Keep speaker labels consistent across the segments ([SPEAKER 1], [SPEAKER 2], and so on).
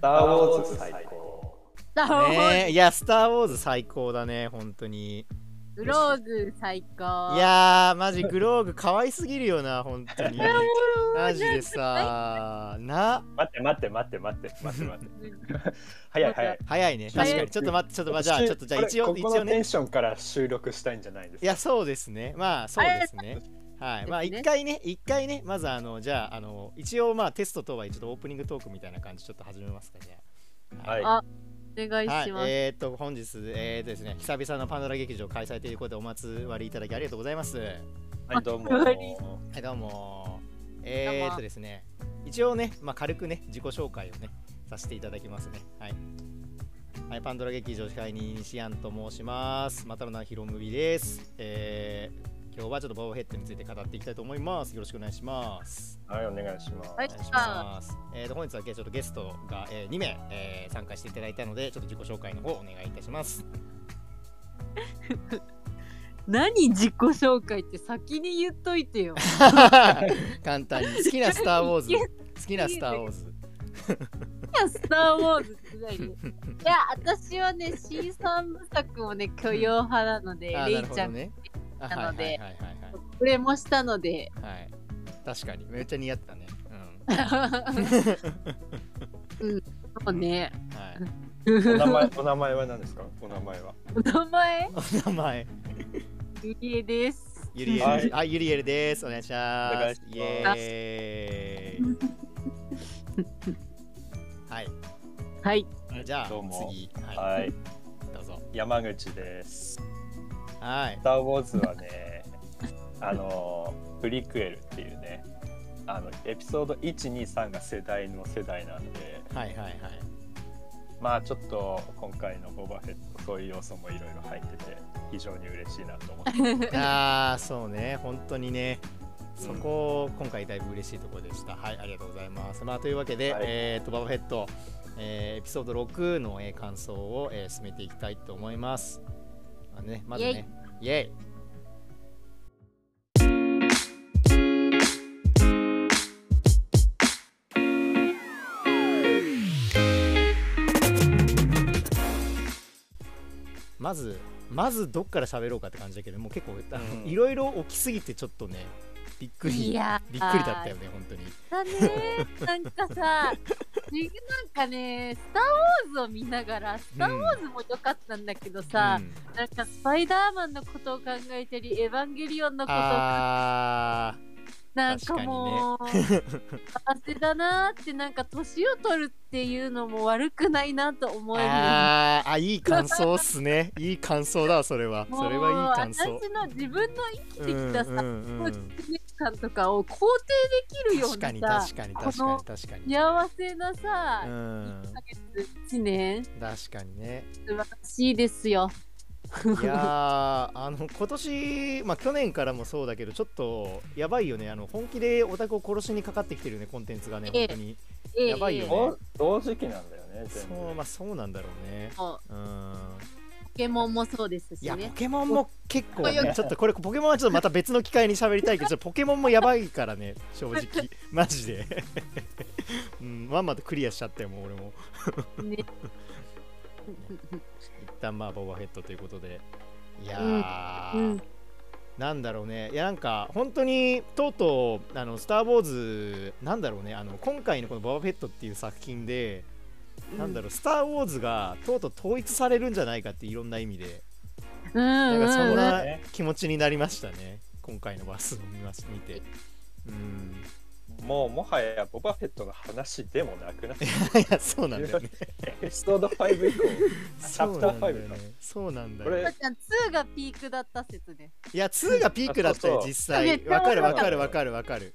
[SPEAKER 1] ター・ウォーズ最高。
[SPEAKER 2] だろう、
[SPEAKER 3] ねえ、いや、スター・ウォーズ最高だね、本当に。
[SPEAKER 2] グローグ最高。
[SPEAKER 3] い、やー、マジグローグ可愛すぎるよな、本 当に。マジでさな、
[SPEAKER 1] 待って待って待って待って待って待って。早い早い。
[SPEAKER 3] 早いね。
[SPEAKER 2] 早い
[SPEAKER 3] 確かに、ちょっと待って、ちょっと待って、じゃあ、ちょっと、じゃあ、
[SPEAKER 1] これ
[SPEAKER 3] 一応、
[SPEAKER 1] こ
[SPEAKER 3] 一
[SPEAKER 1] この
[SPEAKER 3] 応
[SPEAKER 1] テ
[SPEAKER 3] ね
[SPEAKER 1] ン。ションから収録したいんじゃないんですか。
[SPEAKER 3] いや、そうですね。まあ、そうですね。はい。まあ、
[SPEAKER 2] ですね
[SPEAKER 3] 一回ね、一回ね、まず、あの、じゃあ、あの、一応、まあ、テスト等は、ちょっとオープニングトークみたいな感じ、ちょっと始めますか、じゃあ。
[SPEAKER 1] はい。
[SPEAKER 2] あお願い
[SPEAKER 3] はい
[SPEAKER 2] します。、
[SPEAKER 3] えー、っと本日、えー、っとですね、久々のパンドラ劇場開催ということでお集まりいただきありがとうございます。は
[SPEAKER 1] はい、どうも。
[SPEAKER 2] はい
[SPEAKER 3] い、どうも。えー、っとですね、一応ね、まあ、軽くね、自己紹介をね、させていただきますね。はい。はい、パンドラ劇場支配人西安と申します。またの名はひろむびです。えー、今日はちょっとボブヘッドについて語っていきたいと思います。よろしくお願いします。
[SPEAKER 1] はい、お願いします。
[SPEAKER 2] はい
[SPEAKER 3] お願いします。えー、と本日はちょっとゲストが、えー、2名、えー、参加していただいたので、ちょっと自己紹介の方お願いいたします。
[SPEAKER 2] 何自己紹介って先に言っといてよ。
[SPEAKER 3] 簡単に好きなスター・ウォーズ好きなスター・ウォー ズ
[SPEAKER 2] いやスター・ウォーズって 何いや、私はね、C さん部作もね、許容派なので、
[SPEAKER 3] あー
[SPEAKER 2] レ
[SPEAKER 3] な
[SPEAKER 2] イ
[SPEAKER 3] るほ
[SPEAKER 2] ちゃ
[SPEAKER 3] ど
[SPEAKER 2] ん、
[SPEAKER 3] ねあ
[SPEAKER 2] なので
[SPEAKER 3] はいはいはい
[SPEAKER 2] これもしたの で、
[SPEAKER 3] はい、はい、確かにめっちゃ似合ってたね
[SPEAKER 2] もうね、
[SPEAKER 3] うんはい
[SPEAKER 1] お名前、お名前は何ですか。お名前は。
[SPEAKER 2] お 名前、
[SPEAKER 3] お名前
[SPEAKER 2] ゆりえです。
[SPEAKER 3] ゆりえる、
[SPEAKER 1] はい
[SPEAKER 3] あゆりえるですお願いします
[SPEAKER 1] お願いします
[SPEAKER 3] イエーイはい
[SPEAKER 2] はい、
[SPEAKER 3] じゃあ
[SPEAKER 1] どうも
[SPEAKER 3] 次はい、
[SPEAKER 1] はい、
[SPEAKER 3] どうぞ
[SPEAKER 1] 山口です。
[SPEAKER 3] はい
[SPEAKER 1] スター・ウォーズは ね、あの、プリクエルっていうね。あの、エピソード1、2、3が世代の世代なんで。
[SPEAKER 3] はいはいはい
[SPEAKER 1] まあちょっと今回のボバフェットそういう要素もいろいろ入ってて非常に嬉しいなと思って
[SPEAKER 3] ああそうね本当にねそこ、今回だいぶ嬉しいところでした。はい、ありがとうございます。まあ、というわけで、
[SPEAKER 1] はい
[SPEAKER 3] えっ、と、ババヘッド、えーエピソード6の、えー感想を、えー進めていきたいと思います。まあね、まずね、イェイまず、まずどっから喋ろうかって感じだけど、もう結構、あの
[SPEAKER 1] うん
[SPEAKER 3] いろいろ起きすぎてちょっとね、びっくり。
[SPEAKER 2] やー
[SPEAKER 3] びっくりだったよね、本当に。
[SPEAKER 2] だねーなんかさじなんかね「スター・ウォーズ」を見ながら「スター・ウォーズ」も良かったんだけどさ、
[SPEAKER 3] うん
[SPEAKER 2] なんかスパイダーマンのことを考えたりエヴァンゲリオンのことを
[SPEAKER 3] あ
[SPEAKER 2] なんかもう汗、だなーってなんか年を取るっていうのも悪くないなと
[SPEAKER 3] ー
[SPEAKER 2] 思える
[SPEAKER 3] あーあ、いい感想っ すね。いい感想だわ、それは。
[SPEAKER 2] もう
[SPEAKER 3] それはいい感想。
[SPEAKER 2] 私の自分の生きてきたさ、
[SPEAKER 3] うんうんうんうん
[SPEAKER 2] 年間とかを肯定できるよう
[SPEAKER 3] 確かに
[SPEAKER 2] にさ
[SPEAKER 3] 確かに確かに確かに。
[SPEAKER 2] 幸せなさ、
[SPEAKER 3] う
[SPEAKER 2] 1
[SPEAKER 3] ん、
[SPEAKER 2] ヶ月1年
[SPEAKER 3] 確かにね。
[SPEAKER 2] 素晴らしいですよ。
[SPEAKER 3] いやー、あの、今年、まあ去年からもそうだけど、ちょっとやばいよね。あの本気でオタクを殺しにかかってきてるね、コンテンツがね、
[SPEAKER 2] え
[SPEAKER 3] 本
[SPEAKER 2] え
[SPEAKER 3] 当に。
[SPEAKER 2] ええ
[SPEAKER 3] やばいよね
[SPEAKER 1] 同同時期なんだよね全部
[SPEAKER 3] そう、まあそうなんだろうね。
[SPEAKER 2] そう
[SPEAKER 3] うん。
[SPEAKER 2] ポケモンもそうです
[SPEAKER 3] い
[SPEAKER 2] し
[SPEAKER 3] や、 ポ
[SPEAKER 2] ね。
[SPEAKER 3] ケモンも結構、
[SPEAKER 2] こうい
[SPEAKER 3] ね、ちょっとこれ、ポケモンはちょっとまた別の機会に喋りたいけど、ちょっとポケモンもやばいからね、正直、マジで。 うん、まんまとクリアしちゃったよ、もう俺も。
[SPEAKER 2] ね
[SPEAKER 3] 一旦まあ、ボバヘッドということで。いやー、
[SPEAKER 2] うんうん
[SPEAKER 3] なんだろうね、いや、なんか、本当に、とうとう、あの、スター・ウォーズ、なんだろうね、あの、今回のこのボバヘッドっていう作品で、なんだろう、スター・ウォーズが、とうとう統一されるんじゃないかって、いろんな意味で。
[SPEAKER 2] うん
[SPEAKER 3] な
[SPEAKER 2] うんんう
[SPEAKER 3] かそん
[SPEAKER 2] ん
[SPEAKER 3] な気持ちになりましたね、今回のバスを見ます見て。うん、
[SPEAKER 1] もうもはやボバフェットの話でもなくなって
[SPEAKER 3] いや、そうなんだよね。
[SPEAKER 1] エピソード5以降チャプター
[SPEAKER 3] そうなん
[SPEAKER 1] 5
[SPEAKER 3] だ
[SPEAKER 1] か
[SPEAKER 3] よね。そうなんだ
[SPEAKER 1] こ
[SPEAKER 3] よ
[SPEAKER 1] れ。
[SPEAKER 2] ちゃん2がピークだった説ね。
[SPEAKER 3] いや、2がピークだった
[SPEAKER 1] あ
[SPEAKER 3] よ、
[SPEAKER 1] そうそう
[SPEAKER 3] 実際。わかるわかるわかるわかる。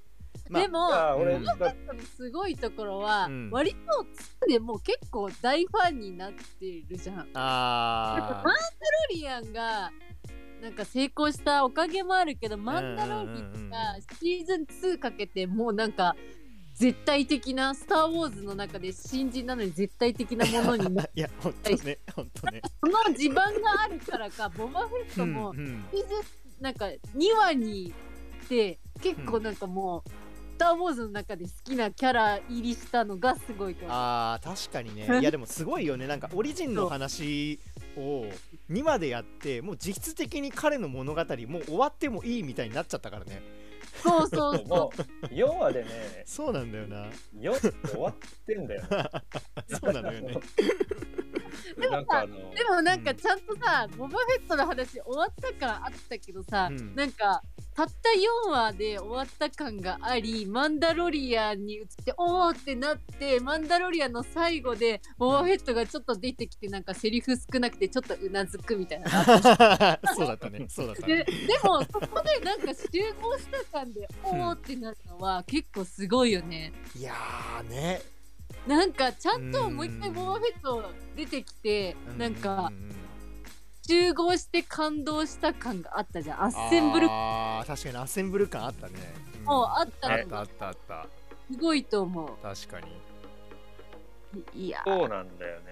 [SPEAKER 3] まあ
[SPEAKER 2] でも、
[SPEAKER 1] ああ俺、
[SPEAKER 3] うん
[SPEAKER 1] だ
[SPEAKER 2] そのすごいところは、
[SPEAKER 3] うん
[SPEAKER 2] 割と2でもう結構大ファンになってるじゃん。やっぱ
[SPEAKER 3] あ
[SPEAKER 2] マンダロリアンがなんか成功したおかげもあるけど、
[SPEAKER 3] ー。
[SPEAKER 2] マンダロリアン
[SPEAKER 3] ン
[SPEAKER 2] がシーズン2かけてもうなんか絶対的な「スター・ウォーズ」の中で新人なのに絶対的なものに な
[SPEAKER 3] いや、本当ね、本当ね。
[SPEAKER 2] その地盤があるからかボマフェットも。
[SPEAKER 3] うんうん
[SPEAKER 2] シーズンなんか2話にで結構なんかもう、ター・ウォーズの中で好きなキャラ入りしたのがすごいと思う
[SPEAKER 3] あー確かにねいやでもすごいよねなんかオリジンの話を2までやってもう実質的に彼の物語もう終わってもいいみたいになっちゃったからね
[SPEAKER 2] そうそう そう
[SPEAKER 1] もう4話でね
[SPEAKER 3] そうなんだよな
[SPEAKER 1] 4って終わってんだよ、ね、
[SPEAKER 3] そうなのよね
[SPEAKER 2] でもさ
[SPEAKER 1] なんかあの
[SPEAKER 2] でもなん
[SPEAKER 3] う
[SPEAKER 2] か
[SPEAKER 3] ん
[SPEAKER 2] ちゃんとさ、ボバフェットの話終わった感あったけどさ、
[SPEAKER 3] うん
[SPEAKER 2] なんかたった4話で終わった感がありマンダロリアンに移っておーってなってマンダロリアンの最後でボバフェットがちょっと出てきてなんかセリフ少なくてちょっとうなずくみたいな。
[SPEAKER 3] そうだったねそうだった
[SPEAKER 2] でで
[SPEAKER 3] ね
[SPEAKER 2] もそこでなんか集合した感でおーってなるのは結構すごいよね。
[SPEAKER 3] いやーね
[SPEAKER 2] なんかちゃんと
[SPEAKER 3] うん
[SPEAKER 2] もう一回ボバフェット出てきてなんか
[SPEAKER 3] うううん
[SPEAKER 2] 集合して感動した感があったじゃんアッセンブル
[SPEAKER 3] あー確かにアッセンブル感あったね、うん
[SPEAKER 2] もうあった
[SPEAKER 3] あ
[SPEAKER 2] の
[SPEAKER 3] ったあ
[SPEAKER 2] が
[SPEAKER 3] ったあった
[SPEAKER 2] すごいと思
[SPEAKER 3] 確かに
[SPEAKER 2] ういや
[SPEAKER 1] そうなんだよね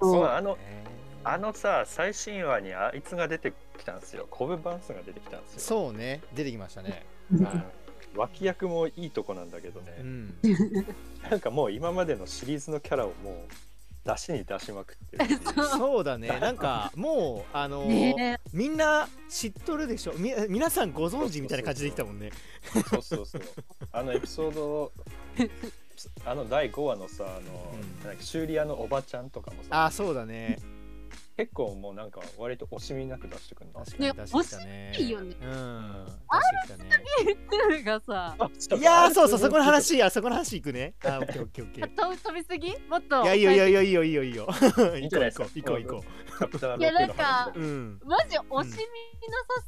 [SPEAKER 2] そう
[SPEAKER 1] まああの
[SPEAKER 3] ね
[SPEAKER 1] あのさ最新話にあいつが出てきたんですよコブ・バンスが出てきたんですよ
[SPEAKER 3] そうね出てきましたね
[SPEAKER 1] うん脇役もいいとこなんだけど
[SPEAKER 3] う
[SPEAKER 1] ね、
[SPEAKER 3] ん
[SPEAKER 1] なんかもう今までのシリーズのキャラをもう出しに出しまくってるっていう
[SPEAKER 3] そうだねなんかもうあのー
[SPEAKER 2] ね
[SPEAKER 3] みんな知っとるでしょみ皆さんご存知みたいな感じできたもんね
[SPEAKER 1] そうそうそうあのエピソードあの第5話のさあの、
[SPEAKER 3] うん
[SPEAKER 1] なんか修理屋のおばちゃんとかも
[SPEAKER 3] あ
[SPEAKER 1] さ
[SPEAKER 3] ーそうだね
[SPEAKER 1] 結構もうなんか割と惜しみなく出してくるの
[SPEAKER 3] 確かに出してきたね
[SPEAKER 2] 惜しい よね
[SPEAKER 3] うん出してき
[SPEAKER 2] えがさ
[SPEAKER 3] たねいやーそうそうそこの話あそこの話いくねあーオッケーオッケーオッケー
[SPEAKER 2] 食べ食べ過ぎもっと
[SPEAKER 3] いやいいよいいよいいよいいよいいよいい
[SPEAKER 1] い
[SPEAKER 3] よ
[SPEAKER 1] い
[SPEAKER 3] 行
[SPEAKER 1] んじゃな
[SPEAKER 3] こう
[SPEAKER 1] いです
[SPEAKER 3] 行こ
[SPEAKER 1] か
[SPEAKER 3] う行こう行こ
[SPEAKER 1] チャプター
[SPEAKER 2] いやなん
[SPEAKER 1] 6
[SPEAKER 2] か
[SPEAKER 1] の話
[SPEAKER 3] ううん
[SPEAKER 2] マジ惜しみなさ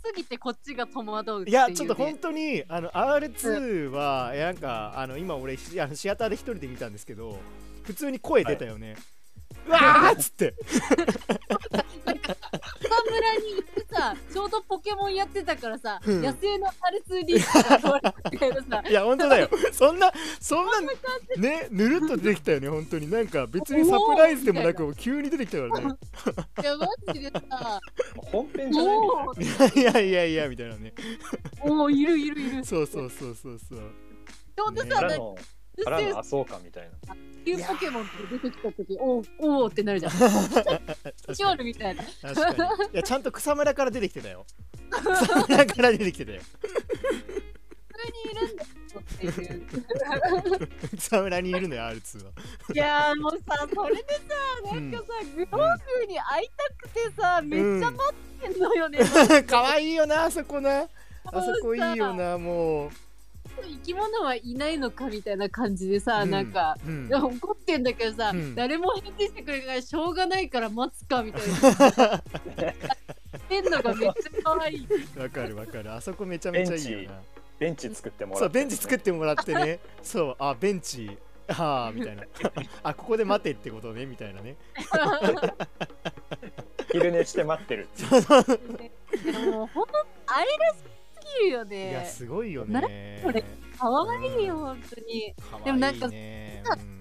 [SPEAKER 2] すぎてこっちが戸惑うって
[SPEAKER 3] い
[SPEAKER 2] いう、ね
[SPEAKER 3] やちょっと本当にあの R2 は、いやなんかあの今俺シあのシアターで一人で見たんですけど普通に声出たよね、うわーっつって
[SPEAKER 2] 草むらに行ってさちょうどポケモンやってたからさ、
[SPEAKER 3] うん
[SPEAKER 2] 野生のアルツーリーフが現れてさ
[SPEAKER 3] いや本当だ よそんなそんなねぬるっと出てきたよね本当になんか別にサプライズでもな く急に出てきたからね
[SPEAKER 2] いやマジでさ
[SPEAKER 1] 本編じゃないみたい
[SPEAKER 2] も
[SPEAKER 1] な
[SPEAKER 2] う
[SPEAKER 3] いやいやいやみたいなね
[SPEAKER 2] もういるいるいるち
[SPEAKER 3] そうそうそうそうそう
[SPEAKER 2] ょうどさ、
[SPEAKER 3] ね
[SPEAKER 2] な
[SPEAKER 1] か
[SPEAKER 2] ん
[SPEAKER 1] ら
[SPEAKER 2] か
[SPEAKER 1] の
[SPEAKER 2] 宇
[SPEAKER 1] からの
[SPEAKER 2] 宙
[SPEAKER 1] あそうかみたいな
[SPEAKER 2] 級ポケモンって出てきた時おーおーってな るじゃんシ
[SPEAKER 3] 確
[SPEAKER 2] ョ
[SPEAKER 3] か
[SPEAKER 2] ールみたいな
[SPEAKER 3] に確かにいやちゃんと草むらから出てきてたよ草むらから出てきてたよ
[SPEAKER 2] 普通にいるんだけどっていう
[SPEAKER 3] 草むらにいるのよ R2 は、
[SPEAKER 2] いやーもうさそれでさ
[SPEAKER 3] う
[SPEAKER 2] なんんかさ、グローブに会いたくてさめっちゃ待ってんの よね、
[SPEAKER 3] 可愛いよなあそこなあそこいいよなもう
[SPEAKER 2] 生き物はいないのかみたいな感じでさ、
[SPEAKER 3] うん
[SPEAKER 2] なんか、
[SPEAKER 3] うん
[SPEAKER 2] いや怒ってんだけどさ、
[SPEAKER 3] うん
[SPEAKER 2] 誰も返事してくれないしょうがないから待つかみた いな言ってんのがめっちゃ可愛い
[SPEAKER 3] わかるわかるあそこめちゃめちゃいいよな
[SPEAKER 1] ベンチ作ってもら
[SPEAKER 3] そう
[SPEAKER 1] って
[SPEAKER 3] ベ
[SPEAKER 1] る
[SPEAKER 3] ン
[SPEAKER 1] んで
[SPEAKER 3] チ
[SPEAKER 1] す
[SPEAKER 3] 作
[SPEAKER 1] ね、
[SPEAKER 3] ってもらってねそうあベンチああみたいなあここで待てってことねみたいなね
[SPEAKER 1] 昼寝して待ってる っていう
[SPEAKER 2] でもほんとあれが好きよ
[SPEAKER 3] いや
[SPEAKER 2] ね
[SPEAKER 3] すごいよ
[SPEAKER 2] な
[SPEAKER 3] ね
[SPEAKER 2] これ可愛いよ
[SPEAKER 3] うん
[SPEAKER 2] 本当に
[SPEAKER 3] かわいいね
[SPEAKER 2] でもなんか
[SPEAKER 3] うん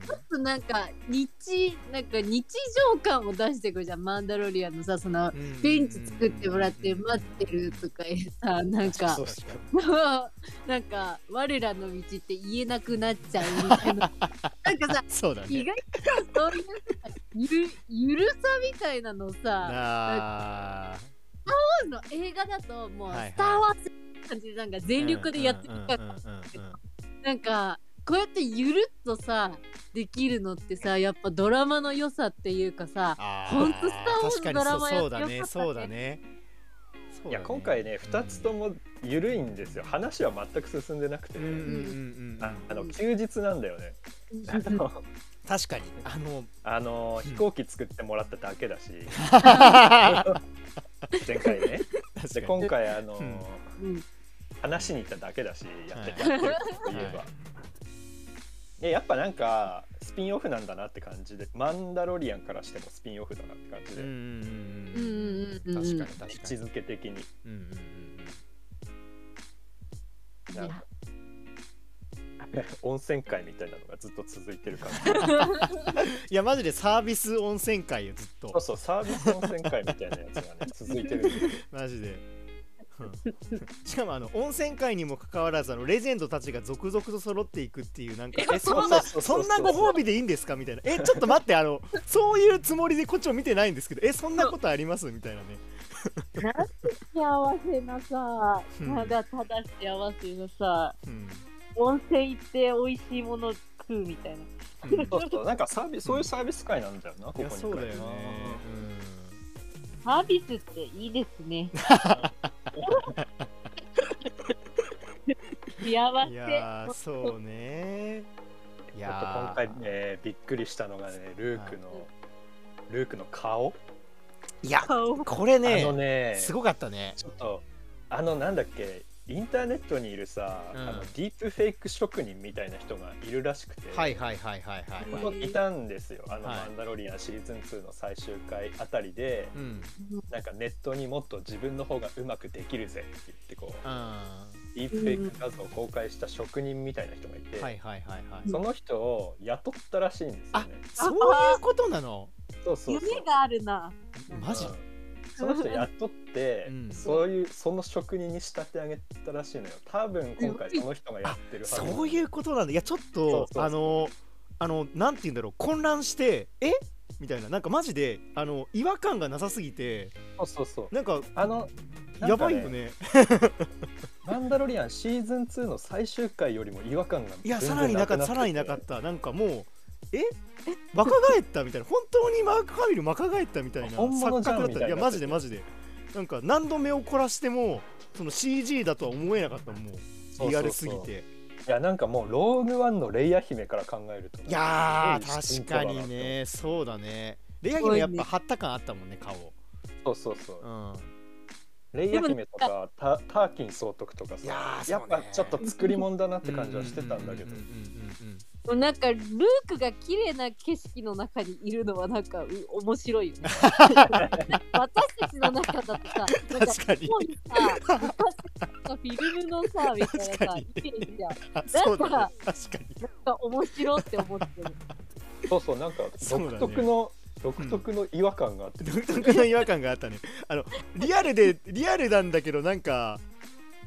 [SPEAKER 2] ちょっとなんか日なんか日常感を出してくるじゃんマンダロリアンのさその
[SPEAKER 3] うん
[SPEAKER 2] ベンチ作ってもらって待ってるとかいうさなんか
[SPEAKER 3] そうそう
[SPEAKER 2] なんか我らの道って言えなくなっちゃうみたいな なんかさ
[SPEAKER 3] そうだ
[SPEAKER 2] 意
[SPEAKER 3] ね
[SPEAKER 2] 外とそういうゆるゆるさみたいなのさ
[SPEAKER 3] あー
[SPEAKER 2] 当時の映画だともう
[SPEAKER 3] はいはい
[SPEAKER 2] 「スター・ワーズ」って感じでなんか全力でやってるから、
[SPEAKER 3] うんうんうんうんうん
[SPEAKER 2] なんかこうやってゆるっとさできるのってさやっぱドラマの良さっていうかさ
[SPEAKER 3] あー
[SPEAKER 2] ほんとスターウォーズ
[SPEAKER 3] 確かに
[SPEAKER 2] ドラマ
[SPEAKER 3] そう
[SPEAKER 2] や
[SPEAKER 3] そ
[SPEAKER 2] ってよ
[SPEAKER 3] うだね
[SPEAKER 2] かったね
[SPEAKER 3] そうだね
[SPEAKER 1] いや今回ね2つとも緩いんですよ話は全く進んでなくて、
[SPEAKER 3] うんうんうんうん
[SPEAKER 1] ああの休日なんだよ ねあの
[SPEAKER 3] 確かにあの
[SPEAKER 1] あの
[SPEAKER 3] うん
[SPEAKER 1] 飛行機作ってもらっただけだし
[SPEAKER 3] 確
[SPEAKER 1] 前回ねで
[SPEAKER 3] かに
[SPEAKER 1] 今回あの、
[SPEAKER 3] うん
[SPEAKER 2] うん
[SPEAKER 1] 話しに行っただけだしやって,、
[SPEAKER 3] はい
[SPEAKER 1] やってるといえば、
[SPEAKER 3] はい
[SPEAKER 1] でやっぱなんかスピンオフなんだなって感じでマンダロリアンからしてもスピンオフだなって感じ
[SPEAKER 3] う
[SPEAKER 1] で、
[SPEAKER 3] んうんうんうん
[SPEAKER 2] うんうんうんうん
[SPEAKER 3] 確かに
[SPEAKER 1] 位
[SPEAKER 3] 確か
[SPEAKER 1] 置
[SPEAKER 3] に
[SPEAKER 1] づけ的に
[SPEAKER 3] うんうんうん
[SPEAKER 2] い
[SPEAKER 1] なん
[SPEAKER 2] や
[SPEAKER 1] か温泉会みたいなのがずっと続いてる感 じ
[SPEAKER 3] いやマジでサービス温泉会よずっ
[SPEAKER 1] そう
[SPEAKER 3] と
[SPEAKER 1] そうサービス温泉会みたいなやつがね続いてるんで
[SPEAKER 3] マジで しかもあの温泉会にもかかわらずあのレジェンドたちが続々と揃っていくっていうなんか
[SPEAKER 2] いや
[SPEAKER 3] え そんな
[SPEAKER 1] そう
[SPEAKER 3] そ
[SPEAKER 1] そうそうそうん
[SPEAKER 3] なご褒美でいいんですかみたいなえちょっと待ってあのそういうつもりでこっちを見てないんですけどえそんなことありますみたいなね
[SPEAKER 2] なんて幸せなさ
[SPEAKER 3] うん
[SPEAKER 2] ただただ幸せなさ
[SPEAKER 3] うん
[SPEAKER 2] 温泉行って美味しいもの食うみたいな
[SPEAKER 3] うん
[SPEAKER 1] そうそうなんかサービスそういうサービス会なんだよなここ
[SPEAKER 3] い
[SPEAKER 1] に
[SPEAKER 3] や
[SPEAKER 1] 来る
[SPEAKER 3] そうだよね
[SPEAKER 2] サービスっていいですね幸
[SPEAKER 3] うんい
[SPEAKER 2] せ
[SPEAKER 3] やーそうねい
[SPEAKER 1] ちょっと
[SPEAKER 3] や
[SPEAKER 1] 今
[SPEAKER 3] ー
[SPEAKER 1] 回、ね、びっくりしたのがねルークのルークの顔、
[SPEAKER 3] いや
[SPEAKER 2] 顔
[SPEAKER 3] これ
[SPEAKER 1] あの
[SPEAKER 3] ね
[SPEAKER 1] ね
[SPEAKER 3] すごかったね
[SPEAKER 1] ちょっとあのなんだっけインターネットにいるさ、
[SPEAKER 3] うん
[SPEAKER 1] あのディープフェイク職人みたいな人がいるらしくて、
[SPEAKER 3] はいはいはいはいはい
[SPEAKER 1] ここいたんですよあの「
[SPEAKER 3] はい
[SPEAKER 1] マンダロリアン」シーズン2の最終回あたりで、
[SPEAKER 3] うんうん
[SPEAKER 1] なんかネットにもっと自分の方がうまくできるぜって言ってこう
[SPEAKER 3] は
[SPEAKER 1] ディープフェイク画像を公開した職人みたいな人がい
[SPEAKER 3] い
[SPEAKER 1] て、
[SPEAKER 3] はいはいはい
[SPEAKER 1] その人を雇ったらしいんですよね。
[SPEAKER 3] そういうことなの
[SPEAKER 1] そうそうそう
[SPEAKER 2] 夢があるな
[SPEAKER 3] マジ
[SPEAKER 1] うんその人雇って、
[SPEAKER 3] うん
[SPEAKER 1] そういうその職人に仕立て上げたらしいのよ多分今回その人がやってるはず
[SPEAKER 3] そういうことなんだいやちょっと
[SPEAKER 1] そうそうそう
[SPEAKER 3] あのあのなんて言うんだろう混乱してえみたいななんかマジであの違和感がなさすぎて
[SPEAKER 1] そうそうそう
[SPEAKER 3] なんか
[SPEAKER 1] あの
[SPEAKER 3] やばいよね
[SPEAKER 1] マンダロリアンシーズン2の最終回よりも違和感が
[SPEAKER 3] いやさらになかったさらになかったなんかもうえ若返ったみたいな本当にマーク・ファミル若返ったみたいな
[SPEAKER 1] 本物
[SPEAKER 3] 錯
[SPEAKER 1] じゃん
[SPEAKER 3] 覚だ
[SPEAKER 1] み
[SPEAKER 3] っ
[SPEAKER 1] たい
[SPEAKER 3] た
[SPEAKER 1] ない
[SPEAKER 3] やマジでマジでなんか何度目を凝らしてもその CG だとは思えなかったもうリアルすぎて
[SPEAKER 1] いやなんかもうローグワンのレイヤ姫から考えると
[SPEAKER 3] いや
[SPEAKER 1] す
[SPEAKER 3] ー確
[SPEAKER 1] ごい進歩だ
[SPEAKER 3] か
[SPEAKER 1] なと
[SPEAKER 3] にねそうだねレイア姫やっぱ張った感あったもんね顔
[SPEAKER 1] そうそうそう
[SPEAKER 3] うん
[SPEAKER 1] レイヤ姫とかタターキン総督とか
[SPEAKER 3] いや
[SPEAKER 1] さ
[SPEAKER 3] ー
[SPEAKER 1] やっぱ
[SPEAKER 3] そうね
[SPEAKER 1] ちょっと作り物だなって感じはしてたんだけど
[SPEAKER 3] うんうんうんうんうん
[SPEAKER 2] もうなんかルークが綺麗な景色の中にいるのはなんかう面白いよね。私たちの中だとさ、なんか
[SPEAKER 3] 確かに
[SPEAKER 2] こういうさ、昔のフィルムのさ、みたいな
[SPEAKER 3] 確か
[SPEAKER 2] さ
[SPEAKER 3] に、
[SPEAKER 2] イメージじゃん。なん
[SPEAKER 3] あそうだね
[SPEAKER 2] なんか
[SPEAKER 3] 確かに
[SPEAKER 2] か面白って思ってる。
[SPEAKER 1] そうそうなんか
[SPEAKER 3] そうだ
[SPEAKER 1] 独
[SPEAKER 3] ね
[SPEAKER 1] 特の、独特の違和感 があって、
[SPEAKER 3] 独特の違和感があったねあのリアルでリアルなんだけどなんか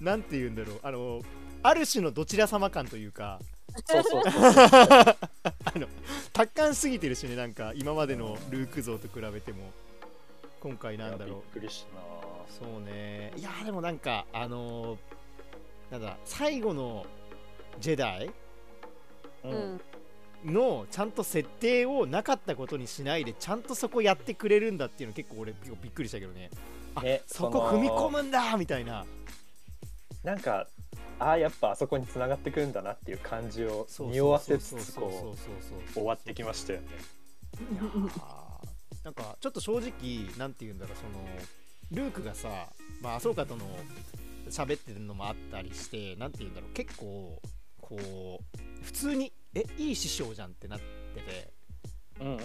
[SPEAKER 3] なんて言うんだろうあのある種のどちら様感というか
[SPEAKER 1] そうそうそう
[SPEAKER 3] あの達観しすぎてるしねなんか今までのルーク像と比べても今回なんだ
[SPEAKER 1] いや
[SPEAKER 3] ろう
[SPEAKER 1] びっくりしたな
[SPEAKER 3] そうねいやでもなんかあのなんだ最後のジェダイ
[SPEAKER 1] う
[SPEAKER 2] うんん。
[SPEAKER 3] のちゃんと設定をなかったことにしないでちゃんとそこやってくれるんだっていうの結構俺結構びっくりしたけどねあ
[SPEAKER 1] ね
[SPEAKER 3] そこ
[SPEAKER 1] そ
[SPEAKER 3] 踏
[SPEAKER 1] の
[SPEAKER 3] み込むんだみたいな
[SPEAKER 1] なんかああやっぱあそこに繋がってくるんだなっていう感じを匂わせつつこう終わってきましたよね。
[SPEAKER 3] いやーなんかちょっと正直なんて言うんだろうそのルークがさまあアソーカとの喋ってるのもあったりしてなんて言うんだろう結構こう普通にえいい師匠じゃんってなってて
[SPEAKER 1] うんうんうん、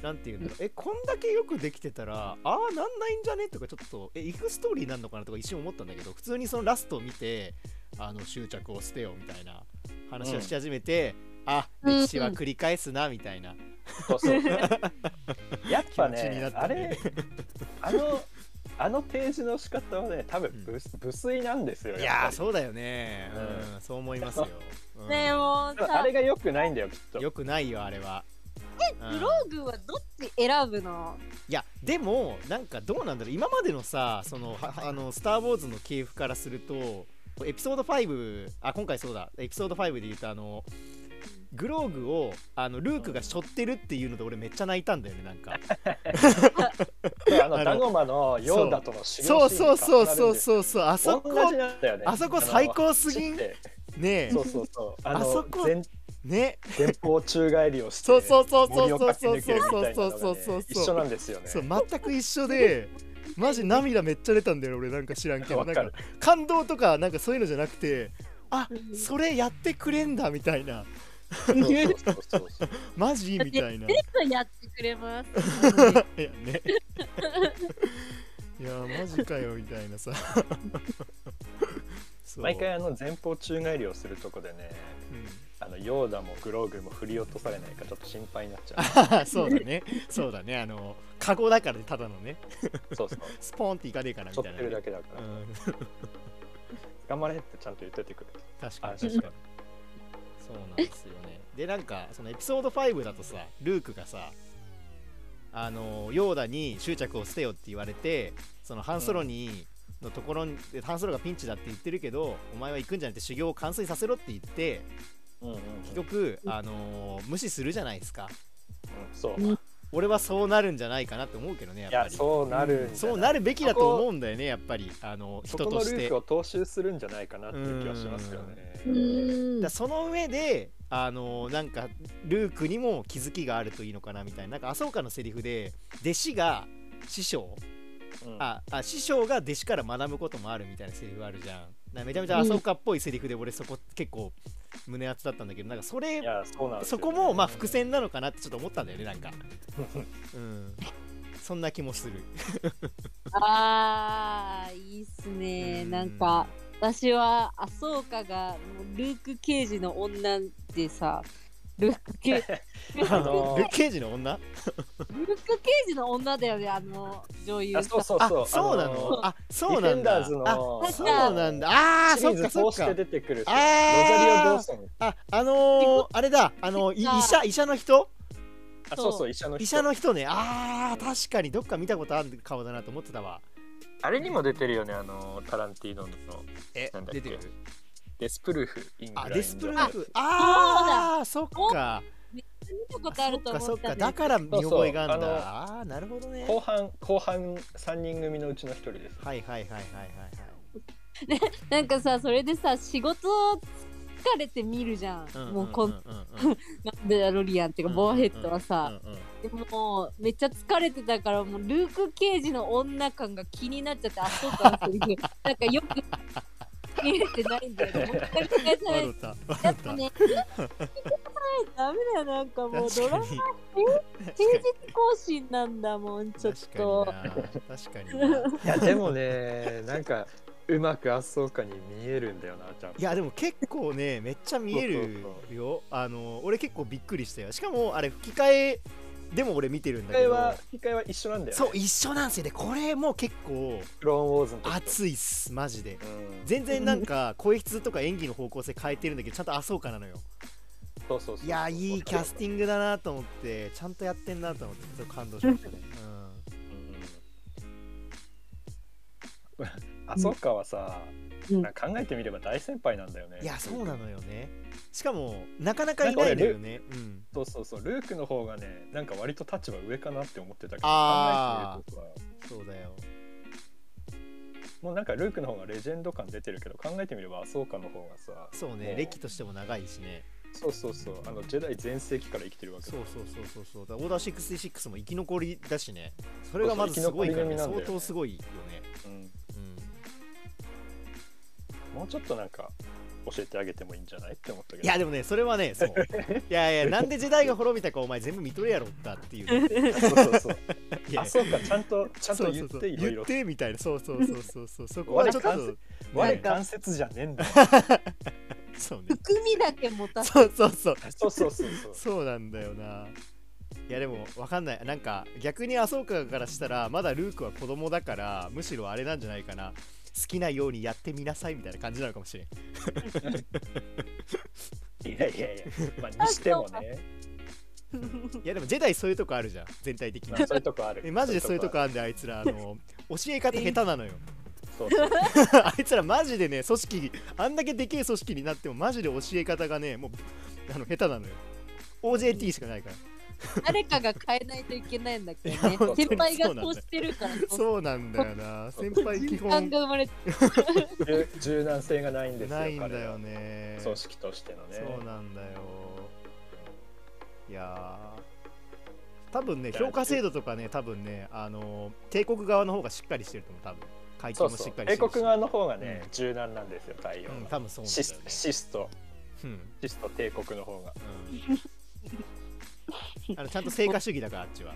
[SPEAKER 3] なんて言うんだろうえこんだけよくできてたらああなんないんじゃねとかちょっとえイフストーリーなんのかなとか一瞬思ったんだけど普通にそのラストを見てあの執着を捨てよみたいな話をし始めて、あ
[SPEAKER 2] うん
[SPEAKER 3] 歴史は繰り返すなみたいな、
[SPEAKER 1] そう そうやっぱ
[SPEAKER 3] 気持ちにな
[SPEAKER 1] ね
[SPEAKER 3] った
[SPEAKER 1] あ
[SPEAKER 3] ね
[SPEAKER 1] れあのあの提示の仕方はね多分ぶ、無粋なんですよ
[SPEAKER 3] いや
[SPEAKER 1] っぱ
[SPEAKER 3] ー
[SPEAKER 1] り
[SPEAKER 3] そうだよね、
[SPEAKER 1] うん
[SPEAKER 3] うん、そう思いますよ、うん
[SPEAKER 2] でも
[SPEAKER 1] あ
[SPEAKER 2] さ、
[SPEAKER 1] れが良くないんだよきっと。
[SPEAKER 3] よくないよあれはうん
[SPEAKER 2] グローグはどっち選ぶの
[SPEAKER 3] いやでもなんかどうなんだろう今までのさ「そのははあのスター・ウォーズ」の系譜からするとエピソード5あ今回そうだエピソード5で言うとあのグローグをあのルークが背負ってるっていうので俺めっちゃ泣いたんだよねなんか
[SPEAKER 1] あ
[SPEAKER 3] あ
[SPEAKER 1] の
[SPEAKER 3] の
[SPEAKER 1] ダゴマのヨーダとの修
[SPEAKER 3] そうそうそうそう
[SPEAKER 1] う
[SPEAKER 3] そうそうあそこ
[SPEAKER 1] 同じなんだよね。
[SPEAKER 3] あそこ最高すぎん
[SPEAKER 1] 走って
[SPEAKER 3] ねえ
[SPEAKER 1] そうそうそう。あ
[SPEAKER 3] あそ
[SPEAKER 1] の
[SPEAKER 3] こ
[SPEAKER 1] 前
[SPEAKER 3] ね
[SPEAKER 1] 前方宙返りをして。
[SPEAKER 3] そうそうそうそう
[SPEAKER 1] 森
[SPEAKER 3] そ
[SPEAKER 1] を駆け
[SPEAKER 3] うそう
[SPEAKER 1] 抜けるみ
[SPEAKER 3] そ
[SPEAKER 1] た
[SPEAKER 3] う
[SPEAKER 1] いな
[SPEAKER 3] そう
[SPEAKER 1] のが
[SPEAKER 3] そ
[SPEAKER 1] ね
[SPEAKER 3] うそう
[SPEAKER 1] 一緒なんですよね。
[SPEAKER 3] そう全く一 緒でマジ涙めっちゃ出たんだよ俺なんか知らんけど
[SPEAKER 1] わ
[SPEAKER 3] なん
[SPEAKER 1] か
[SPEAKER 3] か
[SPEAKER 1] る。
[SPEAKER 3] 感動とかなんかそういうのじゃなくてあそれやってくれんだみたいな
[SPEAKER 1] そうそうそうそう
[SPEAKER 3] マジみたいな。い
[SPEAKER 2] テクやってくれます。
[SPEAKER 3] やね。いやマジかよみたい なさ。そう
[SPEAKER 1] 毎回あの前方宙返りをするとこでね、
[SPEAKER 3] うん
[SPEAKER 1] あののヨーダもグローグも振り落とされないかちょっと心配になっちゃ
[SPEAKER 3] そうだねそうだねあのカゴだからねただのね
[SPEAKER 1] うそうそう
[SPEAKER 3] スポーンっていかねえからみ
[SPEAKER 1] 背
[SPEAKER 3] た
[SPEAKER 1] 負
[SPEAKER 3] い
[SPEAKER 1] って
[SPEAKER 3] なね、
[SPEAKER 1] るだけだから、
[SPEAKER 3] うん、
[SPEAKER 1] 頑張れってちゃんと言っててくれ
[SPEAKER 3] 確かに
[SPEAKER 1] 安
[SPEAKER 3] 確
[SPEAKER 1] 心
[SPEAKER 3] かにそうなんですよ ねでなんかそのエピソード5だとさルークがさあのヨーダに執着を捨てよって言われてそのハンソロに、のところにでハンソロがピンチだって言ってるけどお前は行くんじゃなくて修行を完遂させろって言って
[SPEAKER 1] うんうん、うん、
[SPEAKER 3] 結局、あのー無視するじゃないですか
[SPEAKER 1] そう
[SPEAKER 2] うん
[SPEAKER 1] い
[SPEAKER 3] 俺はそうなるんじゃないかなって思うけどねやっぱ
[SPEAKER 1] や
[SPEAKER 3] り
[SPEAKER 1] そうなるんじゃい
[SPEAKER 3] そうなるべきだと思うんだよねやっぱりあの
[SPEAKER 1] そ
[SPEAKER 3] 人
[SPEAKER 1] ことのル
[SPEAKER 3] して
[SPEAKER 1] ークを踏襲するんじゃないかなっていう気はしますよね
[SPEAKER 2] うん
[SPEAKER 3] だその上であのなんかルークにも気づきがあるといいのかなみたいななんかアソーカのセリフで弟子が師匠
[SPEAKER 1] うん
[SPEAKER 3] ああ師匠が弟子から学ぶこともあるみたいなセリフあるじゃんなんかめちゃめちゃアソーカっぽいセリフで俺そこ結構胸熱だったんだけどなんかそれ
[SPEAKER 1] いやそうなんですよ
[SPEAKER 3] そこもまあ伏線なのかなってちょっと思ったんだよ ねなんかうんそんな気もする
[SPEAKER 2] あーいいっすねなんか私はあそうかがもうルーク・ケージの女でさルーク・ケージル
[SPEAKER 1] あ
[SPEAKER 2] ー
[SPEAKER 1] の
[SPEAKER 3] ルッケージの女
[SPEAKER 2] ク・ケージの女だよねあの女優
[SPEAKER 1] あそうそう
[SPEAKER 3] あ
[SPEAKER 1] そう
[SPEAKER 3] そうなの
[SPEAKER 1] の
[SPEAKER 3] あそうな
[SPEAKER 1] ディフェン
[SPEAKER 3] ん
[SPEAKER 1] ダー
[SPEAKER 3] だ
[SPEAKER 1] ズの
[SPEAKER 3] あそうなんだあー
[SPEAKER 1] シリー
[SPEAKER 3] そっ
[SPEAKER 1] ズ
[SPEAKER 3] か
[SPEAKER 1] 通
[SPEAKER 3] そっ
[SPEAKER 1] し
[SPEAKER 3] か
[SPEAKER 1] て出てくるしロ
[SPEAKER 3] あー
[SPEAKER 1] ザリオ・ドーソン
[SPEAKER 3] あ、あのー、あれだ、あのーい医者、医者の人
[SPEAKER 1] あそうそう医者の人
[SPEAKER 3] 医者の人ね、あー、確かにどっか見たことある顔だなと思ってたわ。
[SPEAKER 1] あれにも出てるよねあのタランティーノの
[SPEAKER 3] え
[SPEAKER 1] なんだっけ
[SPEAKER 3] 出てる
[SPEAKER 1] デスプルーフイングラン
[SPEAKER 3] あ、
[SPEAKER 1] ド
[SPEAKER 3] デスプルー
[SPEAKER 1] あ
[SPEAKER 3] フ。あー、そっか。
[SPEAKER 2] 見たことあ
[SPEAKER 3] そ
[SPEAKER 2] ると思
[SPEAKER 3] っか、そ
[SPEAKER 2] っ
[SPEAKER 3] ったか。
[SPEAKER 2] んだ
[SPEAKER 3] だ
[SPEAKER 2] けど
[SPEAKER 3] から見覚えがあるん
[SPEAKER 1] そうそう
[SPEAKER 3] だ。あー、なるほどね。
[SPEAKER 1] 後半後半3人組のうちの1人です
[SPEAKER 3] はいはいはいはいはい
[SPEAKER 2] なんかさそれでさ仕事疲れて見るじゃん,、
[SPEAKER 3] はい。
[SPEAKER 2] もうこん
[SPEAKER 3] ん
[SPEAKER 2] なんでだロリアンっていうかボアヘッドはさ、、
[SPEAKER 3] うんうんうん
[SPEAKER 2] でもめっちゃ疲れてたからもうルーク・ケージの女感が気になっちゃってあそうかっていう なんかよく見れてないんだよねもう一回見返さない
[SPEAKER 3] 笑
[SPEAKER 2] と
[SPEAKER 3] った。
[SPEAKER 2] や
[SPEAKER 3] 笑
[SPEAKER 2] っ
[SPEAKER 3] った
[SPEAKER 2] ぱ。ねダメだよなんかもうド
[SPEAKER 3] 確
[SPEAKER 2] ラ
[SPEAKER 3] か
[SPEAKER 2] マ
[SPEAKER 3] に。
[SPEAKER 2] 休日更新なんだもんちょっ
[SPEAKER 3] 確かに
[SPEAKER 2] と
[SPEAKER 3] な。確かにな。
[SPEAKER 1] いやでもね なんかうまくあっそうかに見えるんだよなちゃんと
[SPEAKER 3] いやでも結構 ねめっちゃ見える
[SPEAKER 1] そう
[SPEAKER 3] よあの俺結構びっくりしたよしかもあれ吹き替えでも俺見てるんだ
[SPEAKER 1] 吹き替え
[SPEAKER 3] けど
[SPEAKER 1] は吹き替えは一緒なんだよ、ね、
[SPEAKER 3] そう一緒なんすよねこれも結構
[SPEAKER 1] クローンウォーズの時と
[SPEAKER 3] 熱いっすマジで
[SPEAKER 1] うん
[SPEAKER 3] 全然なんか声質とか演技の方向性変えてるんだけどちゃんとあそうかなのよ
[SPEAKER 1] そうそうそう
[SPEAKER 3] いやーいいキャスティングだなと思ってちゃんとやってんなと思ってちょっと感動しましたね、
[SPEAKER 1] あそっかはさ、
[SPEAKER 2] うん
[SPEAKER 1] なんか考えてみれば大先輩なんだよね
[SPEAKER 3] うん、いやそうなのよねしかもなかなかいないのよねうん
[SPEAKER 1] そうそうそうルークの方がねなんか割と立場上かなって思ってたけど
[SPEAKER 3] あー
[SPEAKER 1] 考えてみるとさ
[SPEAKER 3] そうだよ
[SPEAKER 1] もうなんかルークの方がレジェンド感出てるけど考えてみればあそうかの方がさ
[SPEAKER 3] そうね
[SPEAKER 1] もう
[SPEAKER 3] 歴としても長いしね
[SPEAKER 1] そうそうそうあのジェダイ全盛期から生きてるわけ
[SPEAKER 3] そ
[SPEAKER 1] だ
[SPEAKER 3] うそうそうそうそうだからオーダー66も生き残りだしねそれがまずすごいから、
[SPEAKER 1] そうそう生き残り組なん
[SPEAKER 3] ね、相
[SPEAKER 1] だよね
[SPEAKER 3] 当すごいよね
[SPEAKER 1] うん
[SPEAKER 3] うん
[SPEAKER 1] もうちょっとなんか教えてあげてもいいんじゃないって思ったけど
[SPEAKER 3] いやでもねそれはねそう いやいやなんで時代が滅びたかお前全部見とれやろったっていうね、
[SPEAKER 1] そうそうそう
[SPEAKER 3] い や
[SPEAKER 1] あそうかちゃんとちゃんと言っ
[SPEAKER 3] そうそ
[SPEAKER 1] て
[SPEAKER 3] うそう
[SPEAKER 1] いろいろ
[SPEAKER 3] 言ってみたいなそうそうそうそ うそうそこはちょっと、
[SPEAKER 1] 我関
[SPEAKER 3] ね、
[SPEAKER 1] 我関節じゃねえんだよ
[SPEAKER 3] そうね
[SPEAKER 2] 含みだけ持たせ
[SPEAKER 3] そうそうそう
[SPEAKER 1] そうそうそうそう
[SPEAKER 3] そうなんだよないやでもわかんないなんか逆にアソーカからしたらまだルークは子供だからむしろあれなんじゃないかな好きなようにやってみなさいみたいな感じなのかもしれん
[SPEAKER 1] いやいやいやまあにしてもね
[SPEAKER 3] いやでもジェダイそういうとこあるじゃん全体的に
[SPEAKER 1] まあそういうとこある
[SPEAKER 3] えマジでそういうとこ
[SPEAKER 1] ある
[SPEAKER 3] あるんであいつらあの教え方下手なのよ
[SPEAKER 1] そうそう
[SPEAKER 3] あいつらマジでね組織あんだけでけえ組織になってもマジで教え方がねもうあの下手なのよ OJT しかないから
[SPEAKER 2] 誰かが変えないといけないんだけど
[SPEAKER 3] いや
[SPEAKER 2] ね
[SPEAKER 3] 本当に
[SPEAKER 2] 先輩がこうしてるからう
[SPEAKER 3] そうなんだよな先輩基
[SPEAKER 2] 時間
[SPEAKER 3] 本
[SPEAKER 2] が生まれて
[SPEAKER 1] 柔柔軟性がないんですよ
[SPEAKER 3] ないんだ
[SPEAKER 1] 彼
[SPEAKER 3] よ
[SPEAKER 1] は
[SPEAKER 3] ね
[SPEAKER 1] 組織としてのね
[SPEAKER 3] そうなんだよいやー多分ね評価制度とかね多分ねあの帝国側の方がしっかりしてると思う多分会
[SPEAKER 1] そ
[SPEAKER 3] 計
[SPEAKER 1] う
[SPEAKER 3] も
[SPEAKER 1] そ
[SPEAKER 3] しっ
[SPEAKER 1] う
[SPEAKER 3] かりしてる
[SPEAKER 1] 英
[SPEAKER 3] し
[SPEAKER 1] 国側の方がね、
[SPEAKER 3] うん
[SPEAKER 1] 柔軟なんですよ対応
[SPEAKER 3] うん
[SPEAKER 1] が、
[SPEAKER 3] 多分そうなんだ
[SPEAKER 1] シ
[SPEAKER 3] よ
[SPEAKER 1] ス
[SPEAKER 3] ね
[SPEAKER 1] シスと
[SPEAKER 3] うん
[SPEAKER 1] シスと帝国の方が
[SPEAKER 3] うんあのちゃんと成果主義だからあっちは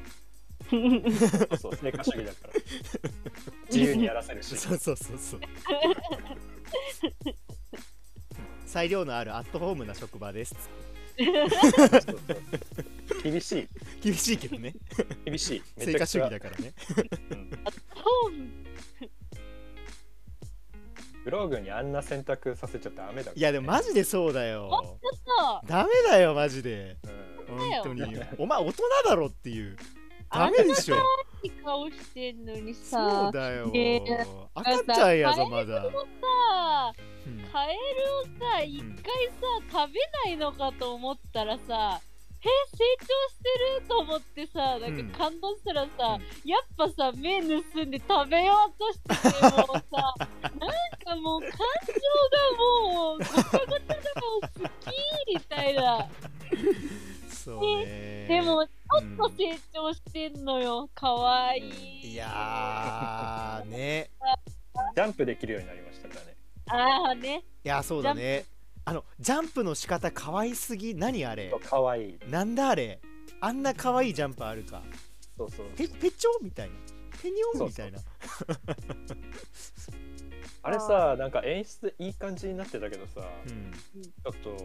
[SPEAKER 1] そうそう成果主義だ から自由にやらせ るし
[SPEAKER 3] そうそうそうそう裁量のあるアットホームな職場です
[SPEAKER 1] そうそうそう厳しい
[SPEAKER 3] 厳しいけどね
[SPEAKER 1] 厳しいめ
[SPEAKER 3] 成
[SPEAKER 1] ちゃ
[SPEAKER 3] 果
[SPEAKER 1] く
[SPEAKER 3] 主
[SPEAKER 1] ちゃ
[SPEAKER 3] 義だからね
[SPEAKER 1] グローグにあんな選択させちゃダメだからね
[SPEAKER 3] いやでもマジでそうだよ
[SPEAKER 2] そう
[SPEAKER 3] ダメだよマジで
[SPEAKER 1] うん
[SPEAKER 3] 本当にお前大人だろっていうダ
[SPEAKER 2] あん
[SPEAKER 3] メでしょ
[SPEAKER 2] いい顔してんのに
[SPEAKER 3] そ
[SPEAKER 2] さ
[SPEAKER 3] うだよ
[SPEAKER 2] ね
[SPEAKER 3] 赤ちゃんやぞま
[SPEAKER 2] さ
[SPEAKER 3] だうん
[SPEAKER 2] カエルをさ一回さ食べないのかと思ったらさえ成長してると思ってさなんか感動したらさ、やっぱさ目盗んで食べようとしてても うさなんかもう感情がもうごちゃごちゃがもう好きみたいな
[SPEAKER 3] そうね
[SPEAKER 2] でもち
[SPEAKER 3] うん
[SPEAKER 2] ょっと成長してんのよかわいい
[SPEAKER 3] いやーね
[SPEAKER 1] ジャンプできるようになりましたからね
[SPEAKER 2] ああね
[SPEAKER 3] いやそうだねあのジャンプの仕方可愛すぎ何あれ
[SPEAKER 1] 可愛い
[SPEAKER 3] なんだあれあんな可愛いジャンプあるか
[SPEAKER 1] そうそう
[SPEAKER 3] ペペチョみたいなペニョンみたいな
[SPEAKER 1] あれさなんか演出いい感じになってたけどさ、
[SPEAKER 3] うん
[SPEAKER 1] ちょっと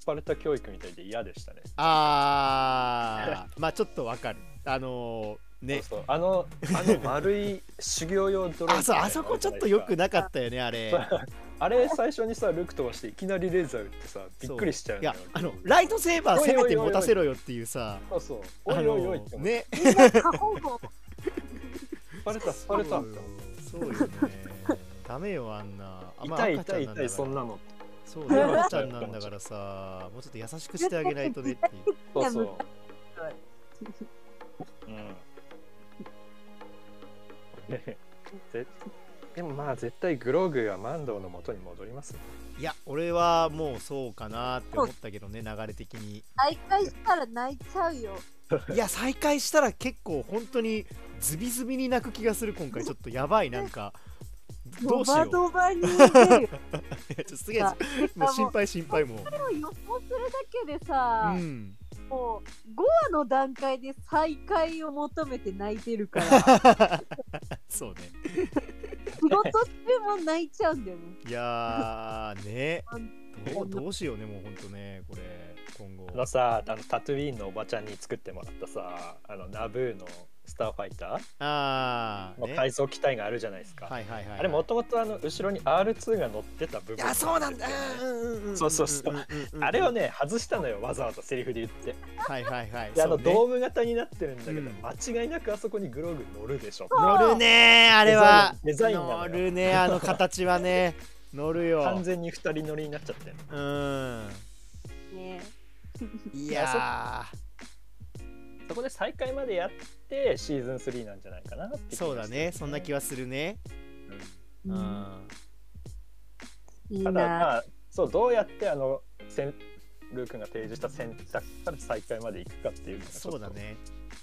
[SPEAKER 1] スパルタ教育みたいで嫌でしたね
[SPEAKER 3] あーま あちょっとわかるあのーね
[SPEAKER 1] そうそうあのあの丸い修行用ドローン
[SPEAKER 3] あそうあそこちょっとよく
[SPEAKER 1] ない
[SPEAKER 3] なかったよねあれ
[SPEAKER 1] あれ最初にさルーク飛ばしていきなりレーザー撃ってさびっくりしちゃうん
[SPEAKER 3] い
[SPEAKER 1] だよ
[SPEAKER 3] やあのライトセーバーせめて持たせろよっていうさ
[SPEAKER 1] そうそう
[SPEAKER 3] あ
[SPEAKER 1] おい
[SPEAKER 3] の
[SPEAKER 1] おいおいって思って
[SPEAKER 3] ーね
[SPEAKER 2] 過保護
[SPEAKER 1] スパルタスパルタ って
[SPEAKER 3] そうよねダメよあんなあまあ
[SPEAKER 1] 痛い
[SPEAKER 3] 赤ちゃ
[SPEAKER 1] 痛
[SPEAKER 3] ん
[SPEAKER 1] い
[SPEAKER 3] なん
[SPEAKER 1] 痛
[SPEAKER 3] だから
[SPEAKER 1] いそんなの
[SPEAKER 3] そうだよ赤ちゃんなんだからさもうちょっと優しくしてあげないとねっていう
[SPEAKER 1] そうそううんでぜ でもまあ絶対グローグはマンドーの元に戻りますね
[SPEAKER 3] いや俺はもうそうかなって思ったけどね流れ的に
[SPEAKER 2] 再会したら泣いちゃうよ
[SPEAKER 3] いや再開したら結構本当にズビズビに泣く気がする今回ちょっとやばいなんかどうしよう
[SPEAKER 2] ドバに出 るよ
[SPEAKER 3] いやちょっとすげえもう心配心配もう
[SPEAKER 2] 予想するだけでさ、
[SPEAKER 3] うん
[SPEAKER 2] もう5話の段階で再会を求めて泣いてるから
[SPEAKER 3] そうね
[SPEAKER 2] 仕事中も泣いちゃうんだよね
[SPEAKER 3] いやーねど
[SPEAKER 2] う
[SPEAKER 3] うんどうしようねもう本当ねこれ今後
[SPEAKER 1] あのさあのタトゥイーンのおばちゃんに作ってもらったさあのナブーのスターファイタ
[SPEAKER 3] あ
[SPEAKER 1] ー
[SPEAKER 3] あ、
[SPEAKER 1] の
[SPEAKER 3] ね、は
[SPEAKER 1] 改
[SPEAKER 3] い
[SPEAKER 1] 造機体があるじゃないですか、
[SPEAKER 3] はいはいはい
[SPEAKER 1] あれもともとあの後ろに R2 が乗ってた部分
[SPEAKER 3] いやそうなんだ
[SPEAKER 1] よね
[SPEAKER 3] うんんん
[SPEAKER 1] そうそうそうん
[SPEAKER 3] んんん
[SPEAKER 1] あれをね外したのよわざわざセリフで言って
[SPEAKER 3] はいはいはい
[SPEAKER 1] であの
[SPEAKER 3] そうね
[SPEAKER 1] ドーム型になってるんだけど、
[SPEAKER 3] うん
[SPEAKER 1] 間違いなくあそこにグローグ乗るでしょ
[SPEAKER 3] 乗るねーあれは
[SPEAKER 1] デザインデザインなの
[SPEAKER 3] 乗
[SPEAKER 1] よ
[SPEAKER 3] るねあの形はね 乗るよ
[SPEAKER 1] 完全に二人乗りになっちゃってる
[SPEAKER 3] うん
[SPEAKER 2] ね
[SPEAKER 3] いや
[SPEAKER 1] そこで再開までやってシーズン3なんじゃないかなって気
[SPEAKER 3] ー
[SPEAKER 1] がして
[SPEAKER 3] そうだねそんな気はするね
[SPEAKER 1] うん
[SPEAKER 3] うん、
[SPEAKER 2] いい
[SPEAKER 1] ただ
[SPEAKER 2] な
[SPEAKER 1] まあそうどうやってあのせんルークが提示した選択から再開まで行くかっていうのがちょっと
[SPEAKER 3] そうだ、ね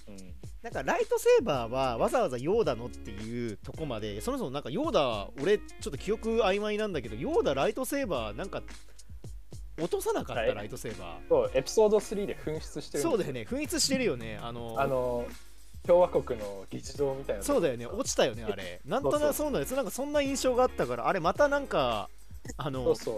[SPEAKER 1] うん
[SPEAKER 3] なんかライトセーバーはわざわざヨーダのっていうとこまでそもそもなんかヨーダ俺ちょっと記憶曖昧なんだけどヨーダライトセーバーなんか落とさなかった
[SPEAKER 1] はい
[SPEAKER 3] ライトセーバー、
[SPEAKER 1] そうエピソード3で紛失してるん
[SPEAKER 3] そうだよね紛失してるよねあの
[SPEAKER 1] あの共和国の議事堂みたいな
[SPEAKER 3] そうだよね落ちたよねあれなんと
[SPEAKER 1] そうそ
[SPEAKER 3] な
[SPEAKER 1] う
[SPEAKER 3] くそうなんですなんかそんな印象があったからあれまたなんかあ
[SPEAKER 1] そ
[SPEAKER 3] の
[SPEAKER 1] うそう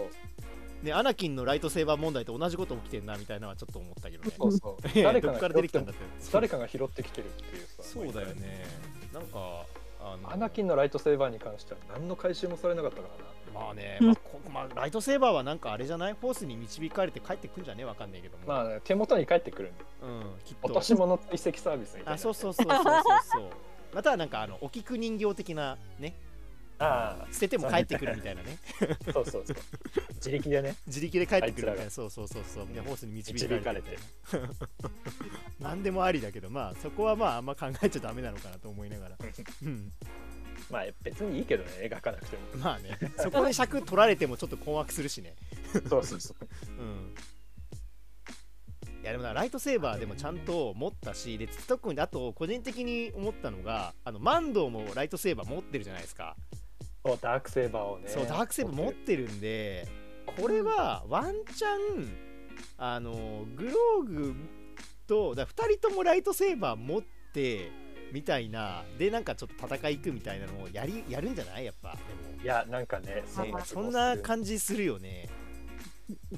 [SPEAKER 3] ねアナキンのライトセーバー問題と同じこと起きてんなみたいなのはちょっと思ったけどね
[SPEAKER 1] そうそう 誰か
[SPEAKER 3] 誰かどっ
[SPEAKER 1] が
[SPEAKER 3] から出てきたんだって
[SPEAKER 1] 誰かが拾ってきてるっていうさ
[SPEAKER 3] そうだよねなんかあの
[SPEAKER 1] アナキンのライトセーバーに関しては何の回収もされなかったからな
[SPEAKER 3] まあね、
[SPEAKER 2] うん
[SPEAKER 3] まあこまあ、ライトセーバーはなんかあれじゃないフォースに導かれて帰ってくんじゃねえわかんないけども、
[SPEAKER 1] まあ、手元に帰ってくるんで
[SPEAKER 3] うんきっと
[SPEAKER 1] 落とし物追跡サービスみたいな
[SPEAKER 3] あそうそうそうそうそうそう またはなんかあのお菊人形的なね
[SPEAKER 1] あ
[SPEAKER 3] 捨てても帰ってくるみたいなね
[SPEAKER 1] あそうそうそう自力でね
[SPEAKER 3] 自力で帰ってくるみ
[SPEAKER 1] あいつら
[SPEAKER 3] たいな
[SPEAKER 1] が
[SPEAKER 3] そうそうそうそうねフォースに導
[SPEAKER 1] 導
[SPEAKER 3] か
[SPEAKER 1] かれ
[SPEAKER 3] れて
[SPEAKER 1] て
[SPEAKER 3] 何でもありだけどまあそこはまああんま考えちゃダメなのかなと思い ながらうん
[SPEAKER 1] まあ別にいいけどね描かなくても
[SPEAKER 3] まあねそこで尺取られてもちょっと困惑するしね
[SPEAKER 1] そうそうそう
[SPEAKER 3] いやでもなライトセーバーでもちゃんと持ったしで特にあと個人的に思ったのがあのマンドーもライトセーバー持ってるじゃないですか、
[SPEAKER 1] そうダークセーバーをね
[SPEAKER 3] そうダークセーバー持ってるんでこれはワンチャンあのグローグとだ2人ともライトセーバー持ってみたいなでなんかちょっと戦い行くみたいなのをやりやるんじゃないやっぱでも
[SPEAKER 1] いやなんかね
[SPEAKER 2] そう
[SPEAKER 1] な気もする
[SPEAKER 3] そんな感じするよね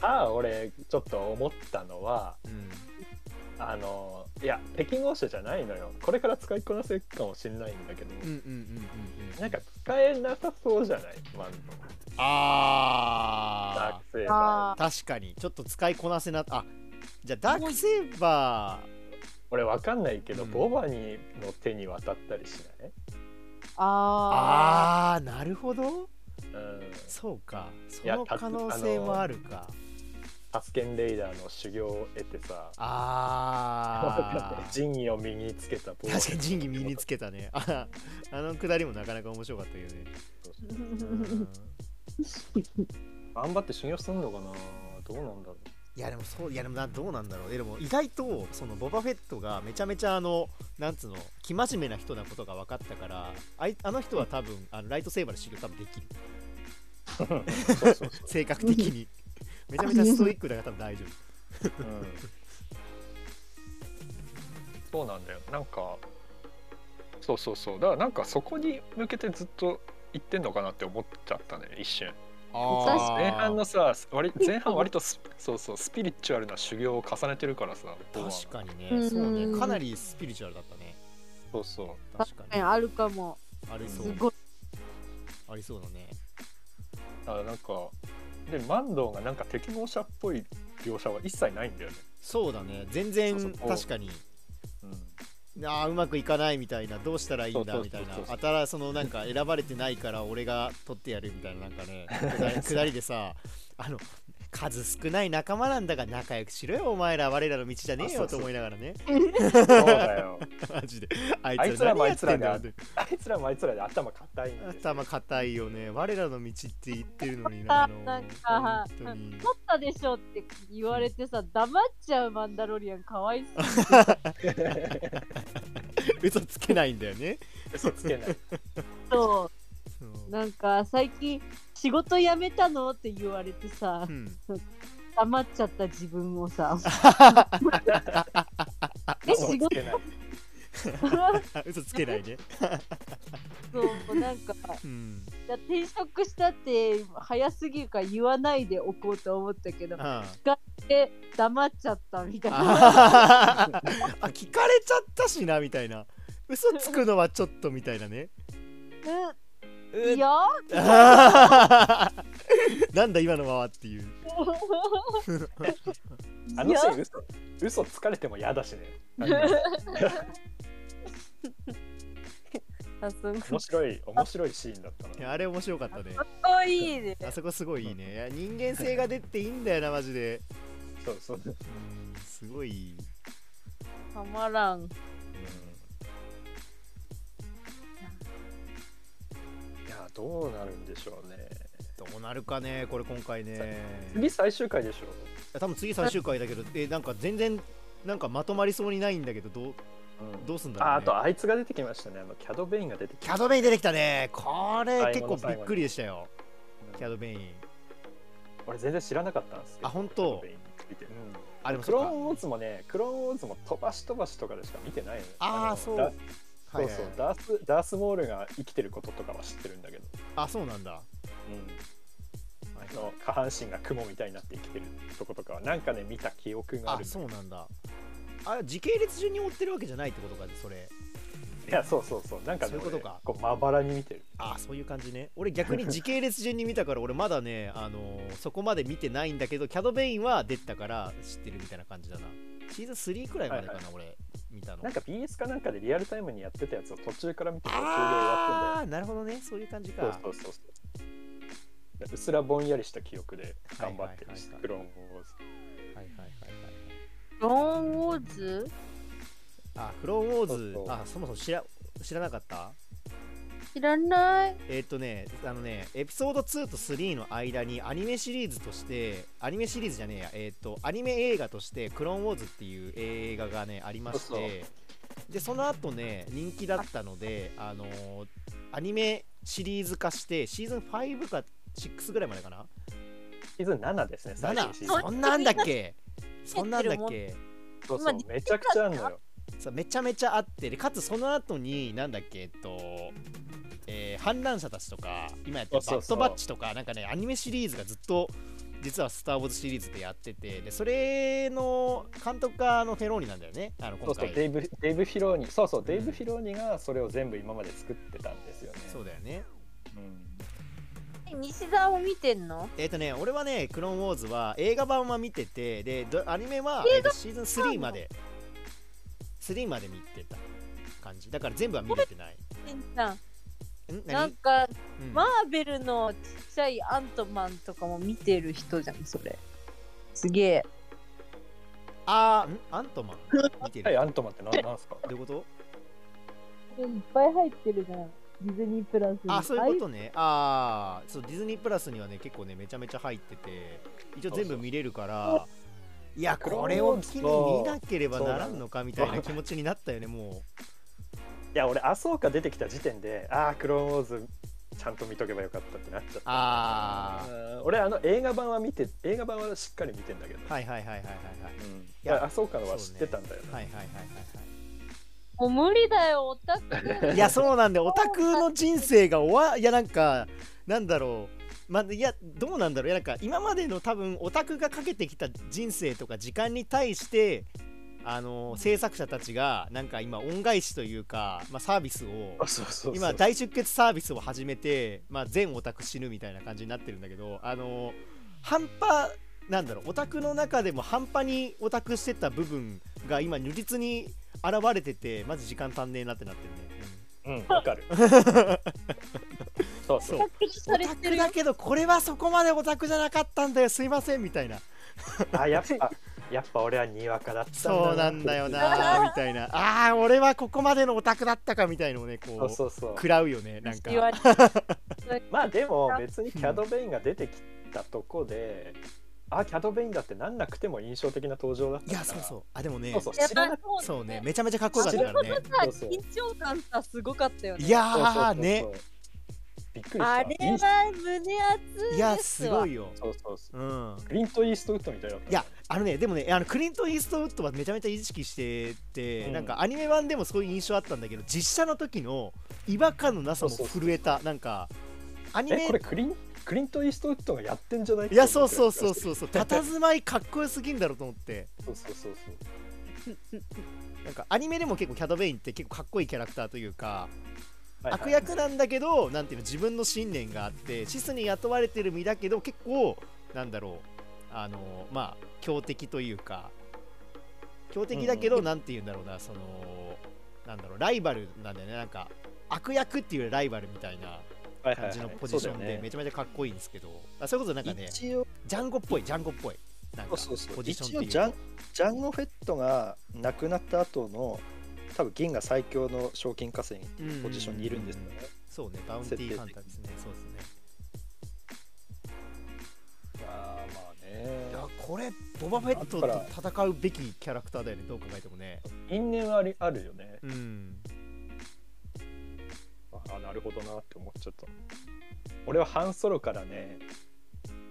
[SPEAKER 1] ああ俺ちょっと思ったのは
[SPEAKER 3] うん
[SPEAKER 1] あのいや北京欧州じゃないのよこれから使いこなせるかもしれないんだけど、
[SPEAKER 3] うんうんうんうん
[SPEAKER 1] なんか使えなさそうじゃないマンのダー
[SPEAKER 3] あ
[SPEAKER 1] クセーバー
[SPEAKER 2] あ
[SPEAKER 3] ー確かにちょっと使いこなせなあじゃあダークセーバ
[SPEAKER 1] 俺わかんないけど、
[SPEAKER 3] うん
[SPEAKER 1] ボバニーの手に渡ったりしない
[SPEAKER 2] ああ
[SPEAKER 3] ーあーなるほど
[SPEAKER 1] うん
[SPEAKER 3] そうかそ
[SPEAKER 1] いや
[SPEAKER 3] の
[SPEAKER 1] た
[SPEAKER 3] 可能性もあるか
[SPEAKER 1] タスケンレイダーの修行を得てさ
[SPEAKER 3] あ あ
[SPEAKER 1] 仁義を身につけたボバニー
[SPEAKER 3] 確かに仁義身につけたねああのくだりもなかなか面白かったよね うん
[SPEAKER 1] 頑張って修行するのかなどうなんだろ
[SPEAKER 3] いやでもそういやでもなどうなんだろうえでも意外とそのボバフェットがめちゃめちゃあのなんつうの生真面目な人なことが分かったからあいあの人は多分あのライトセーバーの修行多分できる
[SPEAKER 1] うそうそうそ
[SPEAKER 3] 性格的にめちゃめちゃストイックだから多分大丈夫
[SPEAKER 1] う、うん、そうなんだよなんかそうそうそうだからなんかそこに向けてずっと行ってんのかなって思っちゃったね一瞬
[SPEAKER 2] あ
[SPEAKER 1] 前半のさ割前半割とス そうそうスピリチュアルな修行を重ねてるからさ
[SPEAKER 3] 確
[SPEAKER 1] に
[SPEAKER 3] かにね、
[SPEAKER 2] うん
[SPEAKER 3] そうねかなりスピリチュアルだったね
[SPEAKER 1] そうそ
[SPEAKER 3] 確か
[SPEAKER 2] ー
[SPEAKER 3] に
[SPEAKER 2] あるかも
[SPEAKER 3] ありそ
[SPEAKER 2] す
[SPEAKER 3] う
[SPEAKER 2] ごい
[SPEAKER 3] ありそうだね
[SPEAKER 1] うだからなんかでマンドーがなんか適合者っぽい描写は一切ないんだよね、
[SPEAKER 3] そうだね全
[SPEAKER 1] そう
[SPEAKER 3] 然
[SPEAKER 1] そう
[SPEAKER 3] 確かに
[SPEAKER 1] うん、
[SPEAKER 3] あーうまくいかないみたいなどうしたらいいんだ
[SPEAKER 1] そう
[SPEAKER 3] み
[SPEAKER 1] そ
[SPEAKER 3] た
[SPEAKER 1] うそう
[SPEAKER 3] いな
[SPEAKER 1] そう
[SPEAKER 3] あたらそのなんか選ばれてないから俺が取ってやるみたいななんか ねくだりくだりでさあの数少ない仲間なんだが仲良くしろよお前ら我らの道じゃねえ
[SPEAKER 1] あ
[SPEAKER 3] よ
[SPEAKER 1] そ
[SPEAKER 3] と
[SPEAKER 1] うそう
[SPEAKER 3] 思いながらね
[SPEAKER 1] そうだよ
[SPEAKER 3] マジであ
[SPEAKER 1] あいつらも
[SPEAKER 3] 何やってんだよ
[SPEAKER 1] あいつ あいつらもあいつらで頭硬いんですよ
[SPEAKER 3] 頭硬いよね我らの道って言ってるのになあの
[SPEAKER 2] なんか
[SPEAKER 3] 本当に
[SPEAKER 2] 取ったでしょって言われてさ黙っちゃうマンダロリアンかわいそう
[SPEAKER 3] 嘘つけないんだよね
[SPEAKER 1] 嘘つけない
[SPEAKER 2] そう
[SPEAKER 3] そう
[SPEAKER 2] なんか最近仕事辞めたのって言われてさ
[SPEAKER 3] うん
[SPEAKER 2] 黙っちゃった自分をさえ
[SPEAKER 1] 嘘つ
[SPEAKER 2] 仕事
[SPEAKER 1] けない
[SPEAKER 3] あ嘘つけないね
[SPEAKER 2] そうなんか
[SPEAKER 3] うん
[SPEAKER 2] いや転職したって早すぎるから言わないでおこうと思ったけど
[SPEAKER 3] あ
[SPEAKER 2] で黙っちゃったみたいな
[SPEAKER 3] ああ聞かれちゃったしなみたいな嘘つくのはちょっとみたいなね
[SPEAKER 2] うん いいよ
[SPEAKER 3] なんだ今のままっていう
[SPEAKER 1] あのシーン嘘嘘つかれても嫌だしねなんか
[SPEAKER 2] あすごい
[SPEAKER 1] 面白い面白いシーンだった
[SPEAKER 3] い
[SPEAKER 1] な
[SPEAKER 3] やあれ面白かったね
[SPEAKER 2] かわいいね
[SPEAKER 3] あそこすごいいいねいや人間性が出ていいんだよなマジで
[SPEAKER 1] そうそう、うん、
[SPEAKER 3] うんすごい
[SPEAKER 2] たまらん
[SPEAKER 1] いやどうなるんでしょうね
[SPEAKER 3] どうなるかねこれ今回ね
[SPEAKER 1] 次最終回でしょ
[SPEAKER 3] 多分次最終回だけどえなんか全然なんかまとまりそうにないんだけどどう
[SPEAKER 1] うん
[SPEAKER 3] どうすんだろう、ね、
[SPEAKER 1] ああとあいつが出てきましたねあのキャドベインが出てき
[SPEAKER 3] キ
[SPEAKER 1] た
[SPEAKER 3] ャドベイン出てきたねこれ
[SPEAKER 1] 最
[SPEAKER 3] 結
[SPEAKER 1] 後
[SPEAKER 3] 構
[SPEAKER 1] の
[SPEAKER 3] びっくりでしたよ
[SPEAKER 1] うん
[SPEAKER 3] キャドベイン
[SPEAKER 1] 俺全然知らなかったんですけど
[SPEAKER 3] あ本当
[SPEAKER 1] キャドベイン見てうん
[SPEAKER 3] あでも
[SPEAKER 1] ク
[SPEAKER 3] そ
[SPEAKER 1] ロ
[SPEAKER 3] う
[SPEAKER 1] ー
[SPEAKER 3] か
[SPEAKER 1] ンウォーズもねクローンウォーズも飛ばし飛ばしとかでしか見てないのよ
[SPEAKER 3] あ
[SPEAKER 1] の
[SPEAKER 3] あそう
[SPEAKER 1] ダ
[SPEAKER 3] はいはい
[SPEAKER 1] そうそうダースダースモールが生きてることとかは知ってるんだけど、
[SPEAKER 3] あそうなんだ
[SPEAKER 1] あの下半身が雲みたいになって生きてるとことかはなんかね見た記憶があ
[SPEAKER 3] あ
[SPEAKER 1] るんだけど
[SPEAKER 3] そうなんだあ時系列順に追ってるわけじゃないってことかそれ
[SPEAKER 1] いや そうそうそうなんかね
[SPEAKER 3] そういうことか
[SPEAKER 1] 俺こうまばらに見てる
[SPEAKER 3] あそういう感じね俺逆に時系列順に見たから俺まだね、 あのーそこまで見てないんだけどキャドベインは出てたから知ってるみたいな感じだなシーズン3くらいまでかな、
[SPEAKER 1] は
[SPEAKER 3] 俺見たの
[SPEAKER 1] なんか BS かなんかでリアルタイムにやってたやつを途中から見て途中で終わ
[SPEAKER 3] ああなるほどねそういう感
[SPEAKER 1] っ
[SPEAKER 3] じ
[SPEAKER 1] てんだよ
[SPEAKER 3] か
[SPEAKER 1] そうそうそうそうでうっすらぼんやりした記憶で頑張ってるし
[SPEAKER 3] はいはいはいはい
[SPEAKER 1] クローンウォー
[SPEAKER 2] ローンウォ
[SPEAKER 3] はいはいはいはい
[SPEAKER 2] ーズ
[SPEAKER 3] あクローンウォーズ
[SPEAKER 1] そうそう
[SPEAKER 3] あそもそも知ら知らなかった
[SPEAKER 2] 知らない
[SPEAKER 3] えーっとね、あのね、エピソード2と3の間にアニメシリーズとして、アニメシリーズじゃねえや、えーっと、アニメ映画として、クローンウォーズっていう映画がね、ありまし
[SPEAKER 1] そう
[SPEAKER 3] て、で、その後ね、人気だったので、あのーアニメシリーズ化して、シーズン5か6ぐらいまでかな
[SPEAKER 1] シーズン7ですね最新シーズン
[SPEAKER 3] ?7! そんなんだっけそんなんだっけ
[SPEAKER 1] そうそうめちゃくちゃあんのよ
[SPEAKER 3] そうめちゃめちゃあってでかつその後になんだっけえっと、えー反乱者たちとか今やってる
[SPEAKER 1] そうそう
[SPEAKER 3] バッド
[SPEAKER 1] そう
[SPEAKER 3] バッチとかなんかねアニメシリーズがずっと実は「スター・ウォーズ」シリーズでやっててでそれの監督があのフェローニなんだよねあの
[SPEAKER 1] そ
[SPEAKER 3] 今
[SPEAKER 1] うそう
[SPEAKER 3] 回
[SPEAKER 1] デイブデイブ・フィローニそうそうデイ
[SPEAKER 3] う
[SPEAKER 1] ブ・
[SPEAKER 3] ん
[SPEAKER 1] フィローニがそれを全部今まで作ってたんですよね。
[SPEAKER 3] そうだよね
[SPEAKER 1] うん
[SPEAKER 4] 西澤を見てんの
[SPEAKER 3] えっ、とね、俺はね、クローンウォーズは映画版は見てて、で、どアニメは、えーとシーズン3まで、3まで見てた感じ。だから全部は見れてない。
[SPEAKER 4] しんちゃんな
[SPEAKER 3] ん何
[SPEAKER 4] んか
[SPEAKER 3] うん
[SPEAKER 4] マーベルのちっちゃいアントマンとかも見てる人じゃんそれすげえ
[SPEAKER 3] あーんアントマン見てる。
[SPEAKER 1] はい、
[SPEAKER 3] ど
[SPEAKER 1] アントマンって何なんですか
[SPEAKER 3] ういうこと
[SPEAKER 4] いっぱい入ってるじゃんディズニープラスに
[SPEAKER 3] あ、そういうことね。ああ、そう、ディズニープラスにはね、結構ね、めちゃめちゃ入ってて、一応全部見れるから、いや、
[SPEAKER 1] クローン
[SPEAKER 3] これを機に
[SPEAKER 1] ウォー
[SPEAKER 3] 見
[SPEAKER 1] ズと
[SPEAKER 3] なければならんのかみたいな気持ちになったよね、も
[SPEAKER 1] いや俺アソーカ出てきた時点でああクローンウォーズちゃんと見とけばよかったってなっちゃった
[SPEAKER 3] あ
[SPEAKER 1] うん俺あの映画版は見て映画版はしっかり見てんだけど、
[SPEAKER 3] う。はいはいはいはいはいはい。
[SPEAKER 1] うん、い
[SPEAKER 3] や
[SPEAKER 1] やアソーカのは知
[SPEAKER 3] そう
[SPEAKER 1] っ
[SPEAKER 3] ね
[SPEAKER 1] てたんだよ、ね
[SPEAKER 3] はいはいはいはいはい。
[SPEAKER 4] もう無理だよオタク
[SPEAKER 3] いやそうなんでオタクの人生が終わいやなんかなんだろうまあいやどうなんだろういやなんか今までの多分オタクがかけてきた人生とか時間に対してあの制作者たちがなんか今恩返しというか、まあ、サービスを
[SPEAKER 1] あそうそうそう
[SPEAKER 3] 今大出血サービスを始めて、まあ、全オタク死ぬみたいな感じになってるんだけどあの半端なんだろうオタクの中でも半端にオタクしてた部分が今如実に現れててまず時間足んねえなってなってるね。うん
[SPEAKER 1] うんわかるそうそう
[SPEAKER 3] そう
[SPEAKER 4] さ
[SPEAKER 3] オ
[SPEAKER 4] れ
[SPEAKER 3] タ
[SPEAKER 4] て
[SPEAKER 3] ク
[SPEAKER 4] るよ
[SPEAKER 3] だけどこれはそこまでオタクじゃなかったんだよすいませんみたいな
[SPEAKER 1] あやっぱやっぱ俺はにわかだったんだ
[SPEAKER 3] そうなんだよなみたいなあー俺はここまでのオタクだったかみたいのをねこ
[SPEAKER 1] そう
[SPEAKER 3] う
[SPEAKER 1] そうそう
[SPEAKER 3] 食らうよねなんか
[SPEAKER 4] 言われ
[SPEAKER 1] まあでも別にキャド・ベインが出てきたとこで、あキャド・ベインだってなんなくても印象的な登場だった
[SPEAKER 3] い
[SPEAKER 1] から
[SPEAKER 3] やそうそううあでもね
[SPEAKER 1] そうそう
[SPEAKER 3] そ
[SPEAKER 1] う
[SPEAKER 4] て
[SPEAKER 1] 知らな
[SPEAKER 3] ねめちゃめちゃかっこよかったからね
[SPEAKER 4] さ
[SPEAKER 1] そうそう
[SPEAKER 4] 緊張感さすごかったよね
[SPEAKER 3] いや
[SPEAKER 1] そうそうそうそ
[SPEAKER 3] ー
[SPEAKER 1] う
[SPEAKER 3] ね
[SPEAKER 1] びっくりした
[SPEAKER 4] あれ
[SPEAKER 1] いい
[SPEAKER 4] は胸熱
[SPEAKER 3] いやすごいよ
[SPEAKER 1] そうそうそう
[SPEAKER 3] うん
[SPEAKER 1] クリント・イーストウッドみたいだった
[SPEAKER 3] いやあのねでもねあのクリント・イーストウッドはめちゃめちゃ意識してて、
[SPEAKER 1] うん
[SPEAKER 3] なんかアニメ版でもそういう印象あったんだけど実写の時の違和感のなさも震えたなんかアニ
[SPEAKER 1] え
[SPEAKER 3] メ
[SPEAKER 1] これクリンクリント・イーストウッドがやってんじゃない
[SPEAKER 3] いやそうそうそう
[SPEAKER 1] う
[SPEAKER 3] そう そう佇まいかっこよすぎんだろうと思って
[SPEAKER 1] そうそうそうそう
[SPEAKER 3] なんかアニメでも結構キャドベインって結構かっこいいキャラクターというか
[SPEAKER 1] はいはい
[SPEAKER 3] 悪役なんだけどなんていうの自分の信念があってシスに雇われてる身だけど結構なんだろうあのまあ強敵というか強敵だけどなんていうんだろうなそのなんだろうライバルなんだよねなんか悪役っていうよりライバルみたいな
[SPEAKER 1] はいはい
[SPEAKER 3] 感
[SPEAKER 1] はい
[SPEAKER 3] じのポジションでめちゃめちゃかっこいいんですけどあそういうことなんかね
[SPEAKER 1] 一応
[SPEAKER 3] ジャンゴっぽいジャンゴっぽいなんか
[SPEAKER 1] そうそうそ
[SPEAKER 3] ポ
[SPEAKER 1] う
[SPEAKER 3] ジションって
[SPEAKER 1] 一
[SPEAKER 3] い
[SPEAKER 1] 応
[SPEAKER 3] う
[SPEAKER 1] ジャンジャンゴ・フェットが亡くなった後の多分銀が最強の賞金稼ぎっていうポジションにいるんですよね
[SPEAKER 3] そうね、バウンティーハンターですね。そうですね。
[SPEAKER 1] あーまあ
[SPEAKER 3] い
[SPEAKER 1] ね
[SPEAKER 3] や、これ、ボバフェット
[SPEAKER 1] だから
[SPEAKER 3] と戦うべきキャラクターだよね、どう考えてもね。
[SPEAKER 1] 因縁はありあるよね
[SPEAKER 3] うん。
[SPEAKER 1] あなるほどなって思っちゃった俺はハンソロからね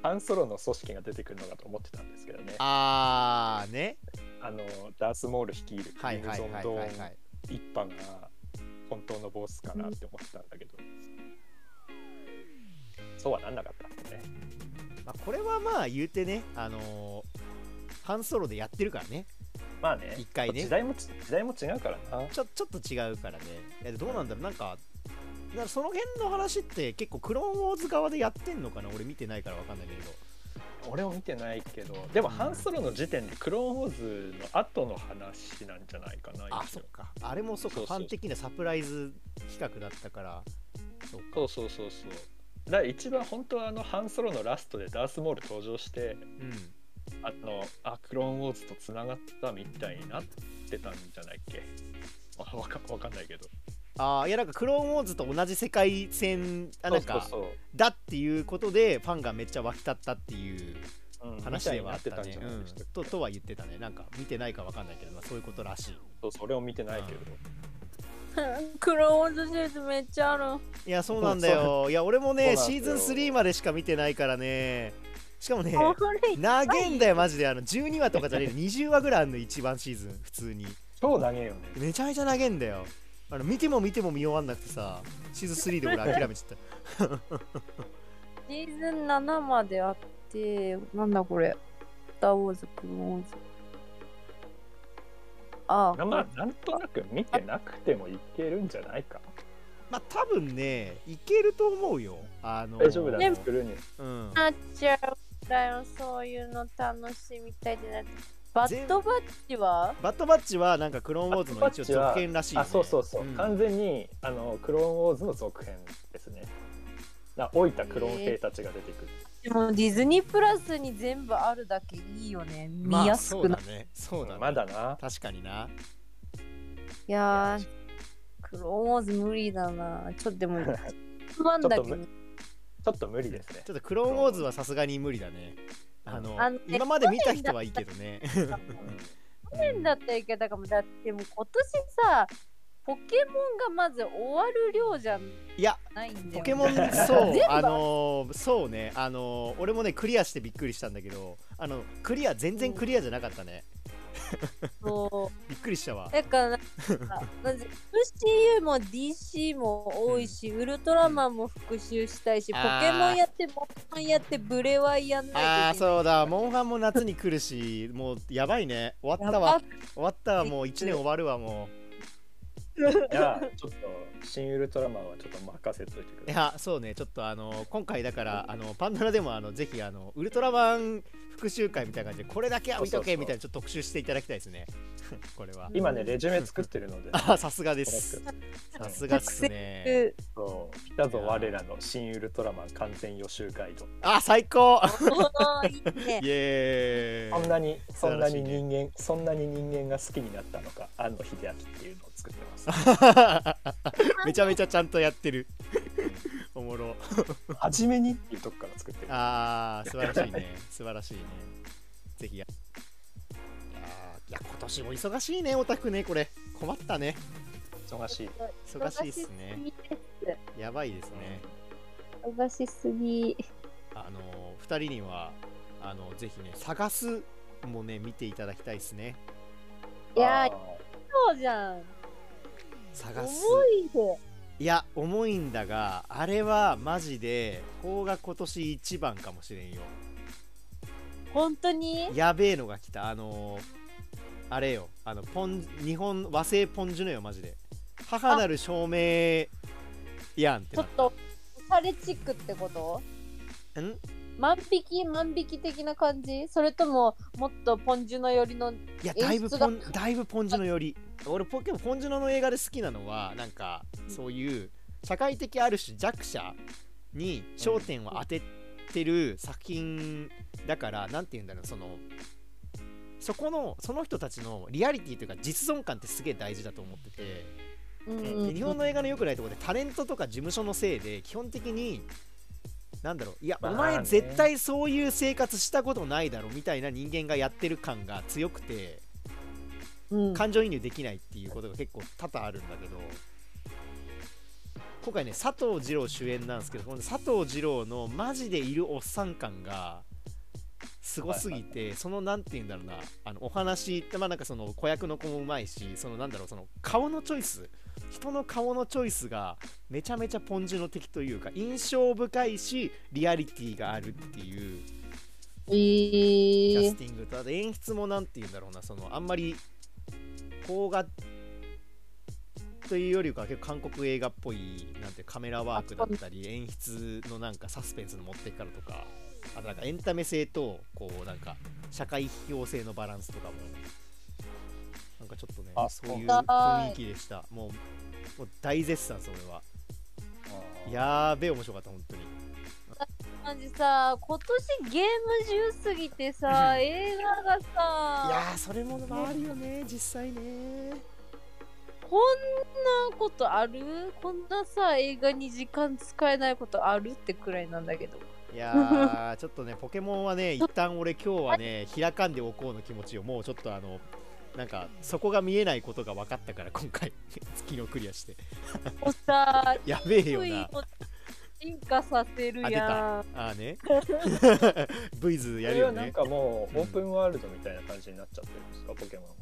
[SPEAKER 1] ハンソロの組織が出てくるのかと思ってたんですけどねあ
[SPEAKER 3] あー、ね。
[SPEAKER 1] のダース・モール率いるク
[SPEAKER 3] は
[SPEAKER 1] リ
[SPEAKER 3] い
[SPEAKER 1] ム
[SPEAKER 3] はい
[SPEAKER 1] ゾ
[SPEAKER 3] は
[SPEAKER 1] ン
[SPEAKER 3] い
[SPEAKER 1] ド
[SPEAKER 3] は
[SPEAKER 1] ーン
[SPEAKER 3] い、はい。
[SPEAKER 1] 一派が本当のボスかなって思ってたんだけど、そうはなんなかったんですね
[SPEAKER 3] まあ、これはまあ、言うてね、あのー、半ソロでやってるからね。
[SPEAKER 1] まあね
[SPEAKER 3] 一回ね
[SPEAKER 1] 時代もち時代も違うからな
[SPEAKER 3] ちょちょっと違うからね。いやどうなんだろう、なんか、なんかその辺の話って結構クローンウォーズ側でやってんのかな俺見てないからわかんないけれど。
[SPEAKER 1] 俺も見てないけどでもハンソロの時点でクローンウォーズの後の話なんじゃないかな
[SPEAKER 3] あ、
[SPEAKER 1] 一
[SPEAKER 3] そ
[SPEAKER 1] 応
[SPEAKER 3] っか。あれもそっか、
[SPEAKER 1] そうそう
[SPEAKER 3] ファン的なサプライズ企画だったから。そっか。
[SPEAKER 1] そうそうそうそうだから一番本当はあのハンソロのラストでダースモール登場して
[SPEAKER 3] うん。
[SPEAKER 1] あのあクローンウォーズとつながったみたいになってたんじゃないっけあわかわかんないけど
[SPEAKER 3] あーいやなんかクローンウォーズと同じ世界線あなんか
[SPEAKER 1] そうそうそう
[SPEAKER 3] だっていうことでファンがめっちゃ沸き立ったっていう話ではあった
[SPEAKER 1] みいになってた
[SPEAKER 3] ね
[SPEAKER 1] んじゃないでしたっ
[SPEAKER 3] うん
[SPEAKER 1] け
[SPEAKER 3] ととは言ってたねなんか見てないかわかんないけど、まあ、そういうことらしい
[SPEAKER 1] そうそれを見てないけど、
[SPEAKER 4] クローンズシリーズめっちゃある
[SPEAKER 3] いやそうなんだよいや俺もね
[SPEAKER 1] そうなんだ
[SPEAKER 3] シー
[SPEAKER 1] よ
[SPEAKER 3] ズン3までしか見てないからねしかもね
[SPEAKER 4] これ
[SPEAKER 3] 長えんだよマジであの12話とかじゃねえ20話ぐらいあんの一番シーズン普通に
[SPEAKER 1] 超長えよね
[SPEAKER 3] めちゃめちゃ長えんだよあの見ても見ても見終わんなくてさシーズン3で俺諦めちゃった
[SPEAKER 4] シーズン7まであっ
[SPEAKER 2] で、なんだこれ。スター・ウォーズ、クローンズ。あ
[SPEAKER 1] まあなんとなく見てなくてもいけるんじゃないか
[SPEAKER 3] まあ多分ねいけると思うよあの
[SPEAKER 1] 大丈夫だ
[SPEAKER 3] ね
[SPEAKER 1] ね作るに
[SPEAKER 3] うん
[SPEAKER 2] あ、なっちゃうんだよ。そういうの楽しみたいじゃなくて。バッドバッチは
[SPEAKER 3] バットバッチはなんかクローンウォーズの一応続編らしい、ね、
[SPEAKER 1] あそうそうそう、
[SPEAKER 3] ん
[SPEAKER 1] 完全にあのクローンウォーズの続編ですねな老いたクローン兵たちが出てくる、
[SPEAKER 2] でもディズニープラスに全部あるだけいいよね。見
[SPEAKER 3] まあ
[SPEAKER 2] やすくな
[SPEAKER 3] そうだねそうだね
[SPEAKER 1] まだな
[SPEAKER 3] 確かにない
[SPEAKER 2] やー、クローンウォーズ無理だな。ちょっとでも、不安だけど、
[SPEAKER 1] ちょっと無理ですね
[SPEAKER 3] ちょっとクローンウォーズはさすがに無理だねあの
[SPEAKER 2] あのね
[SPEAKER 3] 今まで見た人はいいけ どね
[SPEAKER 2] 去年だったらいけたかも。だってもう今年さ、ポケモンがまず終わる量じゃ
[SPEAKER 3] いや
[SPEAKER 2] ないんだよね。
[SPEAKER 3] ポケモ ンそうあのーそうねあのー俺もねクリアしてびっくりしたんだけどあのクリア全然クリアじゃなかったね
[SPEAKER 2] そう
[SPEAKER 3] びっくりしたわ
[SPEAKER 2] だからなんかなんで MCU も DC も多いし、ウルトラマンも復習したいし、
[SPEAKER 3] あ
[SPEAKER 2] ポ
[SPEAKER 3] ー
[SPEAKER 2] ケモンやってモンハンやってブレワイやんないといけない
[SPEAKER 3] ああーそうだモンハンも夏に来るしもうやばいね終わった
[SPEAKER 2] やば
[SPEAKER 3] わ
[SPEAKER 2] っ
[SPEAKER 3] 終わったわもう1年終わるわも
[SPEAKER 1] じゃあちょっと新ウルトラマンはちょっと任せといてく
[SPEAKER 3] うい
[SPEAKER 1] ださ
[SPEAKER 3] やそうねちょっとあの今回だからあのパンドラでもあのぜひあのウルトラマン復習会みたいな感じでこれだけは見とけみたいなちょっと特集していただきたいですね これはい
[SPEAKER 1] 今ねレジュメ作ってるので
[SPEAKER 3] あーさすがですさすがっすね
[SPEAKER 1] そう来たぞ我らの新ウルトラマン完全予習ガイド
[SPEAKER 3] あー最高
[SPEAKER 2] おーいいね
[SPEAKER 3] イエ
[SPEAKER 1] そん
[SPEAKER 3] ーイ
[SPEAKER 1] なに
[SPEAKER 3] 素
[SPEAKER 1] そ
[SPEAKER 3] 晴
[SPEAKER 1] ん
[SPEAKER 3] ら
[SPEAKER 1] な
[SPEAKER 3] しい
[SPEAKER 1] に
[SPEAKER 3] ね
[SPEAKER 1] 人間そんなに人間が好きになったのか安野秀明っていうのを作って ます
[SPEAKER 3] めちゃめちゃちゃんとやってるおもろ
[SPEAKER 1] 初めにっていうとこから作ってる
[SPEAKER 3] ああ素晴らしいね素晴らしいねぜひやいやーいや今年も忙しいねオタクねこれ困ったね
[SPEAKER 1] 忙しい
[SPEAKER 3] 忙しいっすねやばいですね
[SPEAKER 2] 忙しすぎ
[SPEAKER 3] あの2人にはあのぜひね探すもね見ていただきたいですね
[SPEAKER 2] いやー
[SPEAKER 1] あー
[SPEAKER 2] そうじゃん
[SPEAKER 3] 探す
[SPEAKER 2] 重いで
[SPEAKER 3] いや重いんだがあれはマジでこうが今年一番かもしれんよ
[SPEAKER 2] 本当に
[SPEAKER 3] やべえのが来たあのーあれよあのポン日本和製ポンジュネよマジで母なる証明やんって
[SPEAKER 2] ちょ
[SPEAKER 3] な
[SPEAKER 2] っとおしゃれチックってこと
[SPEAKER 3] ん
[SPEAKER 2] 万引き万引き的な感じそれとももっとポンジュの寄りの
[SPEAKER 3] いや
[SPEAKER 2] 演出
[SPEAKER 3] だいぶポン
[SPEAKER 2] が
[SPEAKER 3] だいぶポンジュノより俺ポケモンポンジュノの映画で好きなのはなんかそういう社会的ある種弱者に焦点を当ててる作品だからなんて言うんだろうそのそこのその人たちのリアリティというか実存感ってすげえ大事だと思ってて
[SPEAKER 2] う
[SPEAKER 3] で
[SPEAKER 2] ん
[SPEAKER 3] 日本の映画の良くないところでタレントとか事務所のせいで基本的になんだろういや、
[SPEAKER 1] まあ
[SPEAKER 3] お
[SPEAKER 1] ね
[SPEAKER 3] 前絶対そういう生活したことないだろみたいな人間がやってる感が強くて
[SPEAKER 2] うん
[SPEAKER 3] 感情移入できないっていうことが結構多々あるんだけど今回ね佐藤二朗主演なんですけどこの佐藤二朗のマジでいるおっさん感がすごすぎてそのなんて言うんだろうなあのお話まあなんかその子役の子もうまいしそのなんだろうその顔のチョイス人の顔のチョイスがめちゃめちゃポンジュの敵というか印象深いしリアリティがあるっていう
[SPEAKER 2] え
[SPEAKER 3] キャ
[SPEAKER 2] ー
[SPEAKER 3] ス、ティングとあと演出もなんて言うんだろうなそのあんまり邦画というよりかは結構韓国映画っぽいなんてカメラワークだったり演出のなんかサスペンスの持っていからとかあとなんかエンタメ性とこうなんか社会批評性のバランスとかもなんかちょっとね
[SPEAKER 1] あ
[SPEAKER 3] そういう
[SPEAKER 2] そう
[SPEAKER 3] 雰囲気でしたもうもう大絶賛それは
[SPEAKER 1] あー
[SPEAKER 3] やーべえ面白かった本当に
[SPEAKER 2] マジさ今年ゲーム中すぎてさ映画が
[SPEAKER 3] いや
[SPEAKER 2] さ
[SPEAKER 3] ーそれもあるよね実際ね
[SPEAKER 2] こんなことあるこんなさ映画に時間使えないことあるってくらいなんだけど
[SPEAKER 3] いやーちょっとねポケモンはね一旦俺今日はね開かんでおこうの気持ちをもうちょっとあのなんかそこが見えないことが分かったから今回 昨日クリアして
[SPEAKER 2] おさ
[SPEAKER 3] やべえよ
[SPEAKER 2] 低い
[SPEAKER 3] な
[SPEAKER 2] こと進化させるや
[SPEAKER 3] あーねブイズやる
[SPEAKER 1] それ
[SPEAKER 3] よ
[SPEAKER 1] はなん
[SPEAKER 3] ね
[SPEAKER 1] かもうオープンワールドみたいな感じになっちゃってるんですかポケモンは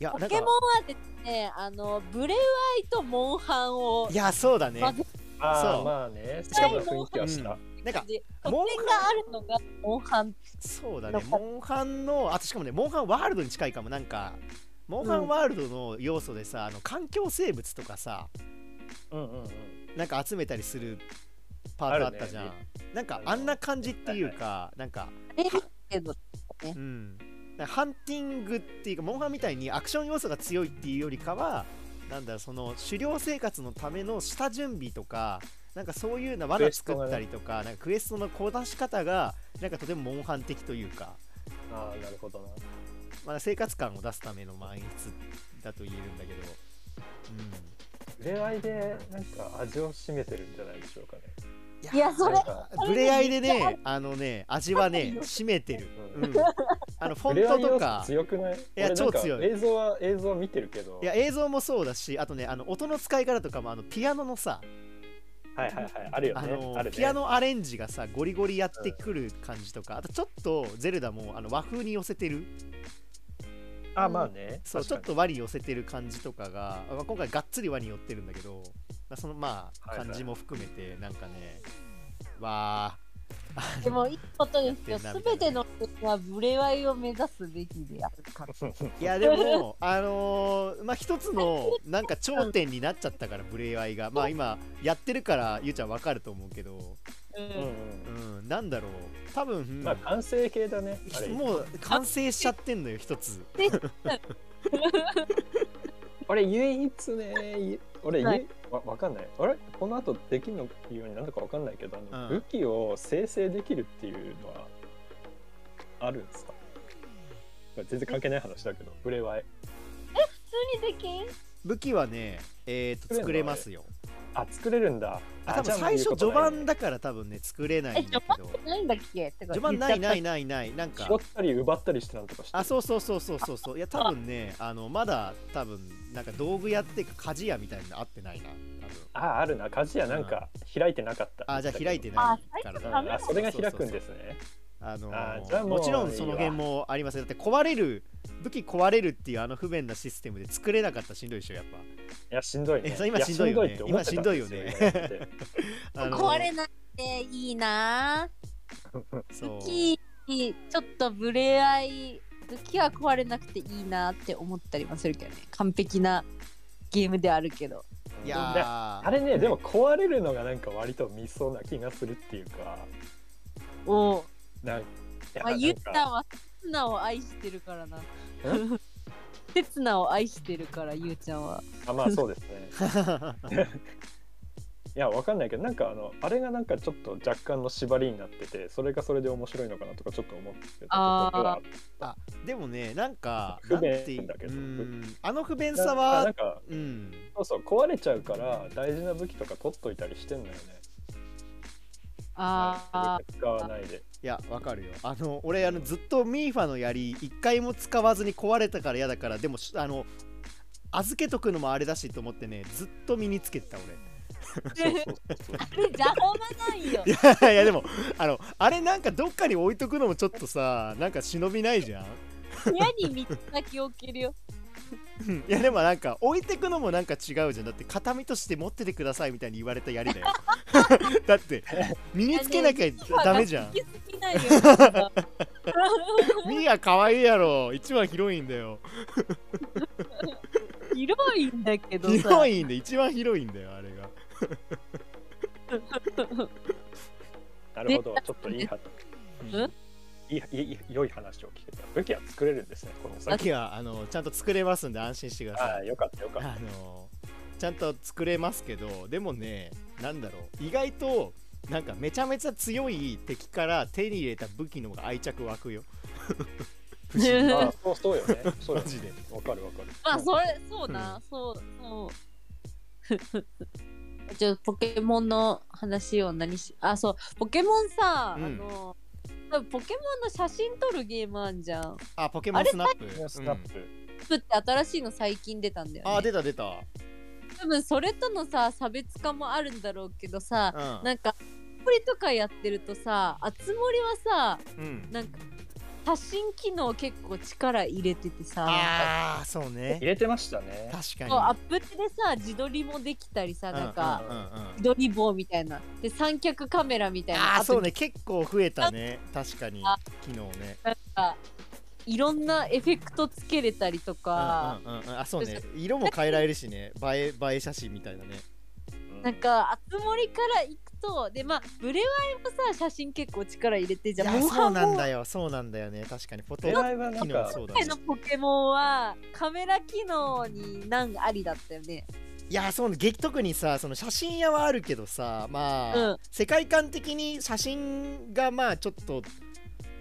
[SPEAKER 1] い
[SPEAKER 3] や
[SPEAKER 2] んポ
[SPEAKER 3] なん
[SPEAKER 2] ケモン
[SPEAKER 3] か
[SPEAKER 2] はですねあのブレワイとモンハンを
[SPEAKER 3] いやそうだね
[SPEAKER 2] 混ぜ
[SPEAKER 1] あ
[SPEAKER 3] そ
[SPEAKER 1] あ
[SPEAKER 3] う
[SPEAKER 1] まあね
[SPEAKER 3] しかも
[SPEAKER 1] そんな雰囲気はした、
[SPEAKER 3] うなんか
[SPEAKER 2] で
[SPEAKER 3] モン
[SPEAKER 2] 特
[SPEAKER 3] ハ
[SPEAKER 2] 典
[SPEAKER 3] ン
[SPEAKER 2] があるのがモンハン
[SPEAKER 3] そうだ
[SPEAKER 2] な
[SPEAKER 3] ね
[SPEAKER 2] んか
[SPEAKER 3] モンハンのあとしかもねモンハンワールドに近いかもなんかモンハンワールドの要素でさ、あの環境生物とかさ
[SPEAKER 1] うんうんうん。
[SPEAKER 3] なんか集めたりするパートあ
[SPEAKER 1] あ
[SPEAKER 3] っ
[SPEAKER 1] るね
[SPEAKER 3] たじゃん、
[SPEAKER 1] ね
[SPEAKER 3] なんか
[SPEAKER 1] あの
[SPEAKER 3] あんな感じっていうかなんか
[SPEAKER 2] レールけど
[SPEAKER 3] うんなんかハンティングっていうかモンハンみたいにアクション要素が強いっていうよりかはなんだろうその狩猟生活のための下準備とかなんかそういうような罠作ったりとか,、なんかクエストのこ出し方がなんかとてもモンハン的というか、
[SPEAKER 1] ああ、なるほどな。
[SPEAKER 3] まあ、生活感を出すための満喫だと言えるんだけど、う
[SPEAKER 1] 恋愛で、なんか味を占めてるんじゃないでしょうかね。
[SPEAKER 2] いやそれ
[SPEAKER 1] なんか
[SPEAKER 3] ん、ブレアイでねあのね味は ね締めてる、
[SPEAKER 1] うん
[SPEAKER 3] うん、あのフォントとか
[SPEAKER 1] 触れ合い要素強くないい
[SPEAKER 3] や超強い
[SPEAKER 1] 映像は映像は見てるけど
[SPEAKER 3] いや映像もそうだしあとねあの音の使い方とかもあのピアノのさ
[SPEAKER 1] はいはいはいあるよ
[SPEAKER 3] あ
[SPEAKER 1] ね
[SPEAKER 3] の
[SPEAKER 1] あるね
[SPEAKER 3] ピアノアレンジがさゴリゴリやってくる感じとか、あとちょっとゼルダもあの和風に寄せてる
[SPEAKER 1] あまあね
[SPEAKER 3] そうちょっ
[SPEAKER 1] 確か
[SPEAKER 3] と和に寄せてる感じとかが、まあ、今回がっつり和に寄ってるんだけど、まあ、そのまあ
[SPEAKER 1] はいはい
[SPEAKER 3] 感じも含めてなんかね、わ
[SPEAKER 2] でもいいことです
[SPEAKER 3] や
[SPEAKER 2] よ
[SPEAKER 3] ってんな
[SPEAKER 2] す
[SPEAKER 3] みた
[SPEAKER 2] べ
[SPEAKER 3] いな
[SPEAKER 2] ての人はブレワイを目指すべきであるから
[SPEAKER 3] ーいやで もあのーまあ一つのなんか頂点になっちゃったからブレイワイがまあ今やってるからゆうちゃんわかると思うけど
[SPEAKER 1] うんうん
[SPEAKER 3] うんなんだろう多分、
[SPEAKER 1] まあ完成形だねあれ
[SPEAKER 3] もう完成しちゃってんのよ一つ
[SPEAKER 1] 俺唯一ねい俺ゆい
[SPEAKER 2] はい
[SPEAKER 1] わわかんないあれこの後できるのようになるのかわかんないけどあの
[SPEAKER 3] うん
[SPEAKER 1] 武器を生成できるっていうのはあるんですか全然関係ない話だけどブレワイ
[SPEAKER 2] 普通にできん
[SPEAKER 3] 武器はね、えー、と作
[SPEAKER 1] 作
[SPEAKER 3] れ
[SPEAKER 1] れ
[SPEAKER 3] ま
[SPEAKER 1] ますす
[SPEAKER 3] よ
[SPEAKER 1] あ作れるんだ
[SPEAKER 3] あ
[SPEAKER 1] あ
[SPEAKER 3] 多
[SPEAKER 1] じゃ
[SPEAKER 3] 分
[SPEAKER 1] あ
[SPEAKER 3] 最初
[SPEAKER 1] もう言
[SPEAKER 3] 序
[SPEAKER 1] うことないね
[SPEAKER 3] 盤だから多分ね作れな
[SPEAKER 2] え
[SPEAKER 3] いんだ
[SPEAKER 2] 序
[SPEAKER 3] け
[SPEAKER 2] 盤
[SPEAKER 3] ど
[SPEAKER 2] ってないんだっけってか
[SPEAKER 3] 序盤ないない
[SPEAKER 2] い
[SPEAKER 3] ないないな んか
[SPEAKER 1] 拾ったり奪ったりしてなんとかして
[SPEAKER 3] あそうそうそうそうそうそういや多分ねあのまだ多分なんか道具屋っていうか鍛冶屋みたいなの合ってないな多分
[SPEAKER 1] ああるな鍛冶屋なんか開いてなかった
[SPEAKER 3] あじゃあ開いてな
[SPEAKER 2] あ
[SPEAKER 3] いから
[SPEAKER 1] うんあそれが開くん
[SPEAKER 3] す
[SPEAKER 1] ですね
[SPEAKER 3] あの
[SPEAKER 1] あ
[SPEAKER 3] ー
[SPEAKER 1] じゃあもう
[SPEAKER 3] もちろんその辺もありますよだって壊れる武器壊れるっていうあの不便なシステムで作れなかったらしんどいでしょやっ
[SPEAKER 1] いやしんどいね
[SPEAKER 3] えそう今しんどいよね
[SPEAKER 1] やしんどいって思ってたんですよ
[SPEAKER 3] ぱあのー
[SPEAKER 2] 壊れなくていいな
[SPEAKER 3] そう
[SPEAKER 2] 武器ちょっとブレ合い武器は壊れなくていいなって思ったりもするけどね完璧なゲームではあるけど
[SPEAKER 3] い
[SPEAKER 1] や
[SPEAKER 3] や
[SPEAKER 1] って
[SPEAKER 3] ー
[SPEAKER 1] あれねでも壊れるのがなんか割と見そうな気がするっていうか
[SPEAKER 2] おう
[SPEAKER 1] なんいや
[SPEAKER 2] まあ、
[SPEAKER 1] なん
[SPEAKER 2] ゆっ
[SPEAKER 1] か
[SPEAKER 2] たは刹那を愛してるからな。 刹那を愛してるから、ゆうちゃんは。
[SPEAKER 1] あまあそうですねいやわかんないけどなんかあのあれがなんかちょっと若干の縛りになっててそれがそれで面白いのかなとかちょっと思ってたことは
[SPEAKER 3] でもねなんか
[SPEAKER 1] 不便
[SPEAKER 3] なんていう
[SPEAKER 1] だけど
[SPEAKER 3] うんあの不便
[SPEAKER 1] な
[SPEAKER 3] さ
[SPEAKER 1] んかなん
[SPEAKER 3] は
[SPEAKER 1] か
[SPEAKER 3] うん
[SPEAKER 1] そうそう壊れちゃうから大事な武器とか取っといたりしてんのよね
[SPEAKER 2] ああ、
[SPEAKER 1] 使わないで
[SPEAKER 3] いやわかるよあの俺あのずっとミーファの槍一回も使わずに壊れたから嫌だからでもしあの預けとくのもあれだしと思ってねずっと身につけてた
[SPEAKER 1] そうそうそう
[SPEAKER 2] あれ邪魔ないよ。
[SPEAKER 3] 俺 いやでもあのあれなんかどっかに置いとくのもちょっとさなんか忍びないじゃん
[SPEAKER 2] 部屋に三つだけ置けるよ。
[SPEAKER 3] うんいやでもなんか置いてくのもなんか違うじゃんだって形見として持っててくださいみたいに言われた槍だよ だって身につけなきゃダメじゃん
[SPEAKER 2] 行き過ぎないよ。なんか
[SPEAKER 3] ミーア可愛いやろ一番広いんだよ
[SPEAKER 2] 広いんだけどさ。
[SPEAKER 3] 広いんで一番広いんだよあれが
[SPEAKER 1] なるほどちょっといい話
[SPEAKER 2] うん
[SPEAKER 1] いいいい良い話を聞けた武器は作れるんですねこの
[SPEAKER 3] さっ
[SPEAKER 1] 先
[SPEAKER 3] きはあのちゃんと作れますんで安心してくだ
[SPEAKER 1] あ
[SPEAKER 3] さ
[SPEAKER 1] あ
[SPEAKER 3] い
[SPEAKER 1] よかったよかった
[SPEAKER 3] あのちゃんと作れますけどでもねなんだろう意外となんかめちゃめちゃ強い敵から手に入れた武器の方が愛着湧くよ不思議
[SPEAKER 1] あそうそうよね。そうよ
[SPEAKER 3] マジで
[SPEAKER 1] ね。わかるわかる。
[SPEAKER 2] まあ、それ、そうな、そう、そう。 ちょっとポケモンの話を何し、あ、そう、ポケモンさ、
[SPEAKER 3] うん
[SPEAKER 2] あの、多分ポケモンの写真撮るゲームあんじゃん。
[SPEAKER 3] あポケモンスナップ
[SPEAKER 1] うんスナップ。
[SPEAKER 2] プって新しいの最近出たんだ
[SPEAKER 3] うん
[SPEAKER 2] よ、
[SPEAKER 3] あ
[SPEAKER 2] ね
[SPEAKER 3] 出。た出た、
[SPEAKER 2] 多分それとのさ差別化もあるんだろうけどさ
[SPEAKER 3] う、ん
[SPEAKER 2] なんかこれとかやってるとさあつ森はさ
[SPEAKER 3] うん、
[SPEAKER 2] なんか写真機能結構力入れててさ
[SPEAKER 3] ああそう
[SPEAKER 1] 入
[SPEAKER 3] ね
[SPEAKER 1] れてましたね。
[SPEAKER 3] 確
[SPEAKER 2] そうア
[SPEAKER 3] か
[SPEAKER 2] ップルでさ自撮りもできたりさ
[SPEAKER 3] に
[SPEAKER 2] なんか、
[SPEAKER 3] うんうんうんうん
[SPEAKER 2] 自撮り棒みたいなで三脚カメラみたいな
[SPEAKER 3] ああ
[SPEAKER 2] と
[SPEAKER 3] そうね結構増えたね確かに
[SPEAKER 2] あ
[SPEAKER 3] 昨日ね
[SPEAKER 2] なんかいろんなエフェクトつけれたりとか、
[SPEAKER 3] うんうんうんうんあそうね色も変えられるしね映え映え写真みたいなね
[SPEAKER 1] うん
[SPEAKER 2] なんか熱盛から行くとでまあブレワイもさ写真結構力入れてじゃん
[SPEAKER 3] いや
[SPEAKER 2] モン
[SPEAKER 3] そ
[SPEAKER 2] ハ
[SPEAKER 3] う
[SPEAKER 2] ン
[SPEAKER 3] なん
[SPEAKER 2] も
[SPEAKER 3] だよそうなんだよね確かにフォト
[SPEAKER 1] 狙いはな
[SPEAKER 3] 機
[SPEAKER 1] ん
[SPEAKER 3] 能
[SPEAKER 1] か
[SPEAKER 3] そうだ
[SPEAKER 2] 今回
[SPEAKER 3] ね
[SPEAKER 2] のポケモンはカメラ機能に難ありだったよね
[SPEAKER 3] いやそうねげ特にさその写真屋はあるけどさまあ、
[SPEAKER 2] うん
[SPEAKER 3] 世界観的に写真がまあちょっと、
[SPEAKER 2] う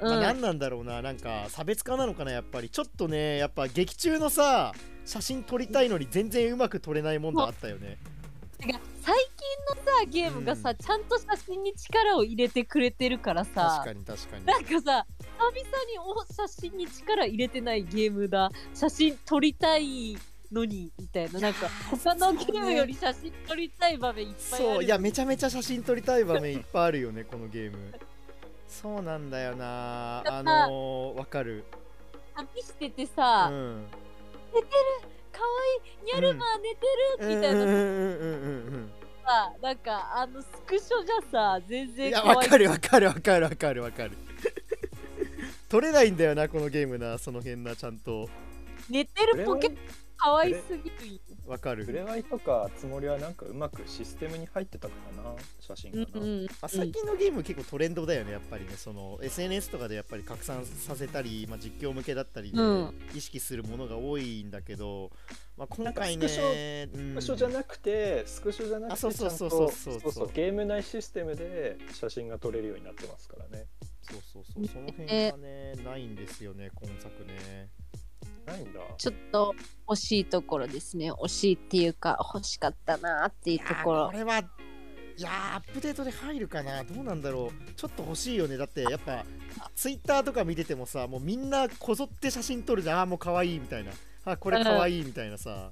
[SPEAKER 3] まあ、
[SPEAKER 2] ん、
[SPEAKER 3] 何なんだろうななんか差別化なのかなやっぱりちょっとねやっぱ劇中のさ写真撮りたいのに全然うまく撮れないもんだあったよね
[SPEAKER 2] てか最近のさゲームがさ、
[SPEAKER 3] うん
[SPEAKER 2] ちゃんと写真に力を入れてくれてるからさ
[SPEAKER 3] 確かに確かに
[SPEAKER 2] なんかさ久々にお写真に力入れてないゲームだ写真撮りたいのにみたいななんか他のゲームより写真撮りたい場面いっぱいある
[SPEAKER 3] そういやめちゃめちゃ写真撮りたい場面いっぱいあるよ ねこのゲームそうなんだよなあのー、わかる
[SPEAKER 2] 旅してて
[SPEAKER 3] う
[SPEAKER 2] さ、
[SPEAKER 3] ん
[SPEAKER 2] 可愛いニャルマ寝て
[SPEAKER 3] うん
[SPEAKER 2] る
[SPEAKER 3] う
[SPEAKER 2] み
[SPEAKER 3] ん
[SPEAKER 2] たいな
[SPEAKER 3] うんうんうん
[SPEAKER 2] さ、なんかあのスクショじゃさ全
[SPEAKER 3] うんい
[SPEAKER 2] 然
[SPEAKER 3] や
[SPEAKER 2] 可
[SPEAKER 3] わ
[SPEAKER 2] 愛い
[SPEAKER 3] かるわかるわかるわかるわかる 撮れないんだよなこのゲームなその辺なちゃんと
[SPEAKER 2] 寝てるポケット可愛すぎるよ
[SPEAKER 3] わか
[SPEAKER 1] ブレ
[SPEAKER 3] る
[SPEAKER 1] ワイとかつもりはなんかうまくシステムに入ってたかな写真
[SPEAKER 2] うん
[SPEAKER 1] か
[SPEAKER 2] う
[SPEAKER 1] な、
[SPEAKER 2] ん
[SPEAKER 3] あ最近のゲーム結構トレンドだよねやっぱりねその SNS とかでやっぱり拡散させたり、まあ、実況向けだったりで、
[SPEAKER 2] うん
[SPEAKER 3] 意識するものが多いんだけど、まあ、今
[SPEAKER 1] なんか
[SPEAKER 3] 回
[SPEAKER 1] ス
[SPEAKER 3] ね
[SPEAKER 1] クショ
[SPEAKER 3] うん
[SPEAKER 1] スクショじゃなくてスクショじゃなく
[SPEAKER 3] あ
[SPEAKER 1] て
[SPEAKER 3] そうそう
[SPEAKER 1] ちゃんと
[SPEAKER 3] そうそうそう
[SPEAKER 1] そうゲーム内システムで写真が撮れるようになってますからね
[SPEAKER 3] そうそうそう、その辺がね、ないんですよね、今作ね。
[SPEAKER 1] ないんだ
[SPEAKER 2] ちょっと惜しいところですね惜しいっていうか欲しかったなっていうところ
[SPEAKER 3] これは、いやー、アップデートで入るかな、どうなんだろう、ちょっと欲しいよね、だってやっぱ、ツイッターとか見ててもさ、もうみんなこぞって写真撮るじゃん、あーもう可愛いみたいな、あこれ可愛いみたいなさ、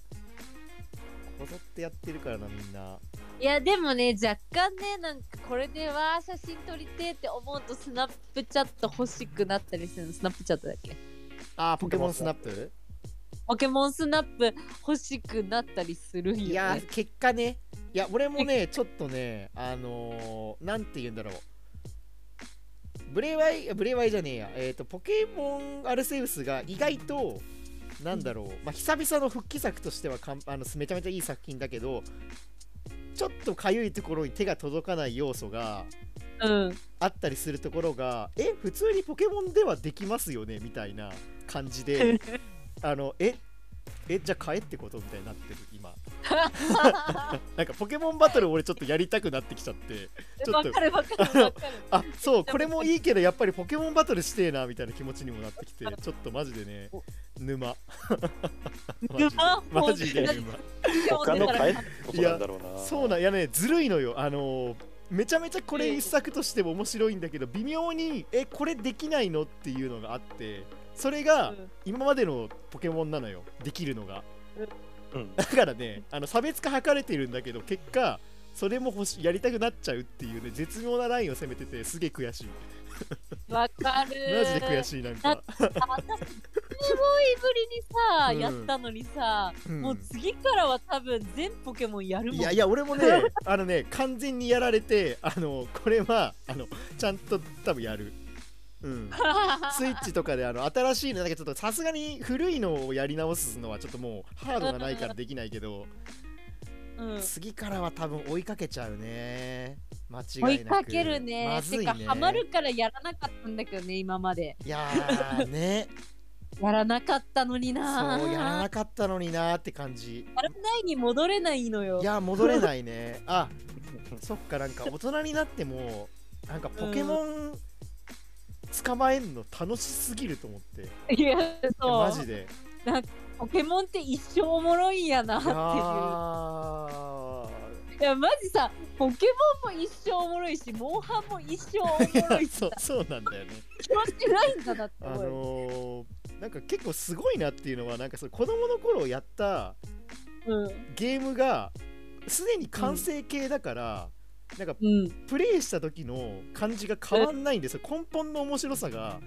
[SPEAKER 3] こぞってやってるからな、みんな。
[SPEAKER 2] いやでもね若干ねなんかこれでは写真撮りてえって思うとスナップチャット欲しくなったりするのスナップチャットだっけ
[SPEAKER 3] あー、ポケモンスナップ
[SPEAKER 2] ポケモンスナップ欲しくなったりするんよ、ね、
[SPEAKER 3] いやー、結果ね、いや、俺もね、ちょっとね、あのー、なんて言うんだろう。ブレワイ、ブレワイじゃねえや、えっ、と、ポケモンアルセウスが意外と、なんだろう、まあ、久々の復帰作としてはかんあのめちゃめちゃいい作品だけど、ちょっとかゆいところに手が届かない要素が
[SPEAKER 2] うん
[SPEAKER 3] あったりするところが、え、普通にポケモンではできますよねみたいな感 じで、あの、え、え、じゃあ買えってことみたいになってる、今。なんかポケモンバトル俺ちょっとやりたくなってきちゃってちょっ
[SPEAKER 2] わ
[SPEAKER 3] と
[SPEAKER 2] かるわかるわかる
[SPEAKER 3] あそうこれもいいけどやっぱりポケモンバトルしてえなみたいな気持ちにもなってきてちょっとマジでね沼
[SPEAKER 2] 沼
[SPEAKER 3] マ ジでマジで沼
[SPEAKER 1] 他の変えたこ
[SPEAKER 3] い
[SPEAKER 1] と
[SPEAKER 3] や
[SPEAKER 1] なんだろうな
[SPEAKER 3] そうなんいやねずるいのよあのーめちゃめちゃこれ一作としても面白いんだけど微妙にえこれできないのっていうのがあってそれが
[SPEAKER 2] うん
[SPEAKER 3] 今までのポケモンなのよできるのが
[SPEAKER 1] うん
[SPEAKER 3] だからねあの差別化図れてるんだけど結果それも欲しやりたくなっちゃうっていうね絶妙なラインを攻めててすげえ悔しい
[SPEAKER 2] わかる
[SPEAKER 3] マジで悔しいなんか、
[SPEAKER 2] あ私すごいぶりにさ、
[SPEAKER 3] うん
[SPEAKER 2] やったのにさ、
[SPEAKER 3] うん
[SPEAKER 2] もう次からは多分全ポケモンやるもん
[SPEAKER 3] いやいや俺もね あのね完全にやられてあのこれはあのちゃんと多分やるうんスイッチとかであの新しいのだけどちょっとさすがに古いのをやり直すのはちょっともうハードがないからできないけど
[SPEAKER 2] うん
[SPEAKER 3] 次からは多分追いかけちゃうね間違いなく
[SPEAKER 2] 追いかけるね。
[SPEAKER 3] まずいね
[SPEAKER 2] てか、ハマるからやらなかったんだけどね、今まで。
[SPEAKER 3] いや ーね
[SPEAKER 2] やらなかったのにな。
[SPEAKER 3] そうやらなかったのになーって感じ
[SPEAKER 2] やらないに戻れないのよ。
[SPEAKER 3] いや戻れな いねあそっかなんか大人になってもなんかポケモン捕まえんの楽しすぎると思って、いや
[SPEAKER 2] いや、そう。
[SPEAKER 3] マ ジで
[SPEAKER 2] ポケモンって一生おもろいんやないって
[SPEAKER 3] や
[SPEAKER 2] いう。
[SPEAKER 3] ー
[SPEAKER 2] いや、マジさ、ポケモンも一生おもろいし、モンハンも一生おもろいし
[SPEAKER 3] そ
[SPEAKER 2] さ
[SPEAKER 3] う、そうなんだよね
[SPEAKER 2] 気持ちないんだなって
[SPEAKER 3] あ
[SPEAKER 2] 思うよ。
[SPEAKER 3] のー、なんか結構すごいなっていうのはなんかその子供の頃やった
[SPEAKER 2] うん。
[SPEAKER 3] ゲームがすでに完成形だから、なんか
[SPEAKER 2] うん。
[SPEAKER 3] プレイした時の感じが変わんないんですよ根本の面白さが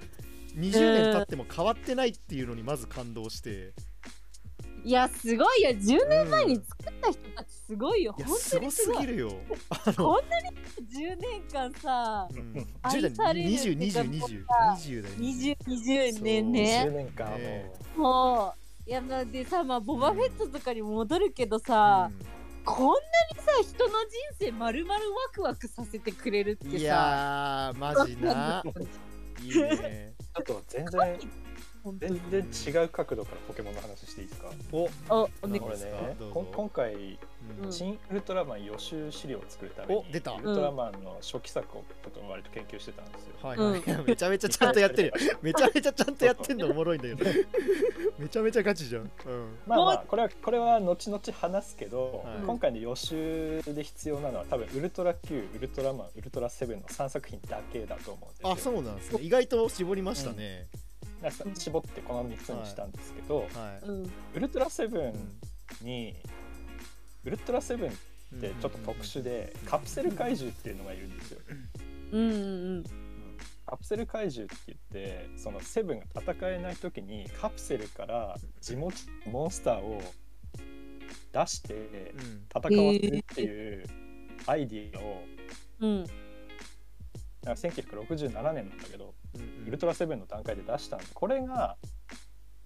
[SPEAKER 3] 20年経っても変わってないっていうのにまず感動して、
[SPEAKER 2] いやすごいよ10
[SPEAKER 3] 年
[SPEAKER 2] 前に作った人たちすごいよ
[SPEAKER 3] いや
[SPEAKER 2] 本当
[SPEAKER 3] すご
[SPEAKER 2] に
[SPEAKER 3] す
[SPEAKER 2] すご
[SPEAKER 3] ぎ
[SPEAKER 2] い
[SPEAKER 3] るよ、
[SPEAKER 2] 10年間さ
[SPEAKER 3] うん、
[SPEAKER 2] 愛
[SPEAKER 3] 10
[SPEAKER 2] さ
[SPEAKER 3] 代
[SPEAKER 2] れる
[SPEAKER 3] 20202020代
[SPEAKER 2] 2020年ね
[SPEAKER 1] 10年間もう、
[SPEAKER 3] え
[SPEAKER 2] もういやまあでさまあボバフェットとかに戻るけどさ、こんなにさ人の人生まるまるワクワクさせてくれるっ
[SPEAKER 3] うん
[SPEAKER 2] て
[SPEAKER 3] い
[SPEAKER 2] さ
[SPEAKER 3] やーマジないいね
[SPEAKER 1] ちょっと全然
[SPEAKER 2] 本当に
[SPEAKER 1] 全然違う角度からポケモンの話していいですか
[SPEAKER 3] お、
[SPEAKER 2] おお
[SPEAKER 3] な
[SPEAKER 2] ね
[SPEAKER 3] る
[SPEAKER 1] こ
[SPEAKER 3] ほ
[SPEAKER 1] れ
[SPEAKER 3] ど
[SPEAKER 1] ね
[SPEAKER 3] どうぞ
[SPEAKER 1] こん今回
[SPEAKER 3] うん
[SPEAKER 1] 「新ウルトラマン」予習資料を作るために
[SPEAKER 3] お出た
[SPEAKER 1] ウルトラマンの初期作をちょっと割と研究してたんですよ。
[SPEAKER 3] はいはい、めちゃめちゃちゃんとやってるよめちゃめちゃちゃんとやってんのおもろいんだけどめちゃめちゃガチじゃん、うん、
[SPEAKER 1] まあまあこれはこれは後々話すけど、
[SPEAKER 3] はい
[SPEAKER 1] 今回の予習で必要なのは多分ウルトラ Q ウルトラマンウルトラセブンの3作品だけだと思うんですよ
[SPEAKER 3] あそうなんですね意外と絞りましたね、
[SPEAKER 1] なんか絞ってこの3つにしたんですけど、
[SPEAKER 3] はい、
[SPEAKER 2] うん
[SPEAKER 1] ウルトラセブ
[SPEAKER 3] う
[SPEAKER 1] ンにウルトラセブンってちょっと特殊でカプセル怪獣っていうのがいるんですよ。
[SPEAKER 2] うんうん
[SPEAKER 1] カプセル怪獣って言ってそのセブンが戦えない時にカプセルから地元モンスターを出して
[SPEAKER 3] うん
[SPEAKER 1] 戦わせるっていうアイディアを
[SPEAKER 2] う
[SPEAKER 1] な
[SPEAKER 2] ん
[SPEAKER 1] んか1967年なんだけど、
[SPEAKER 3] うん
[SPEAKER 1] ウルトラセブンの段階で出したんでこれが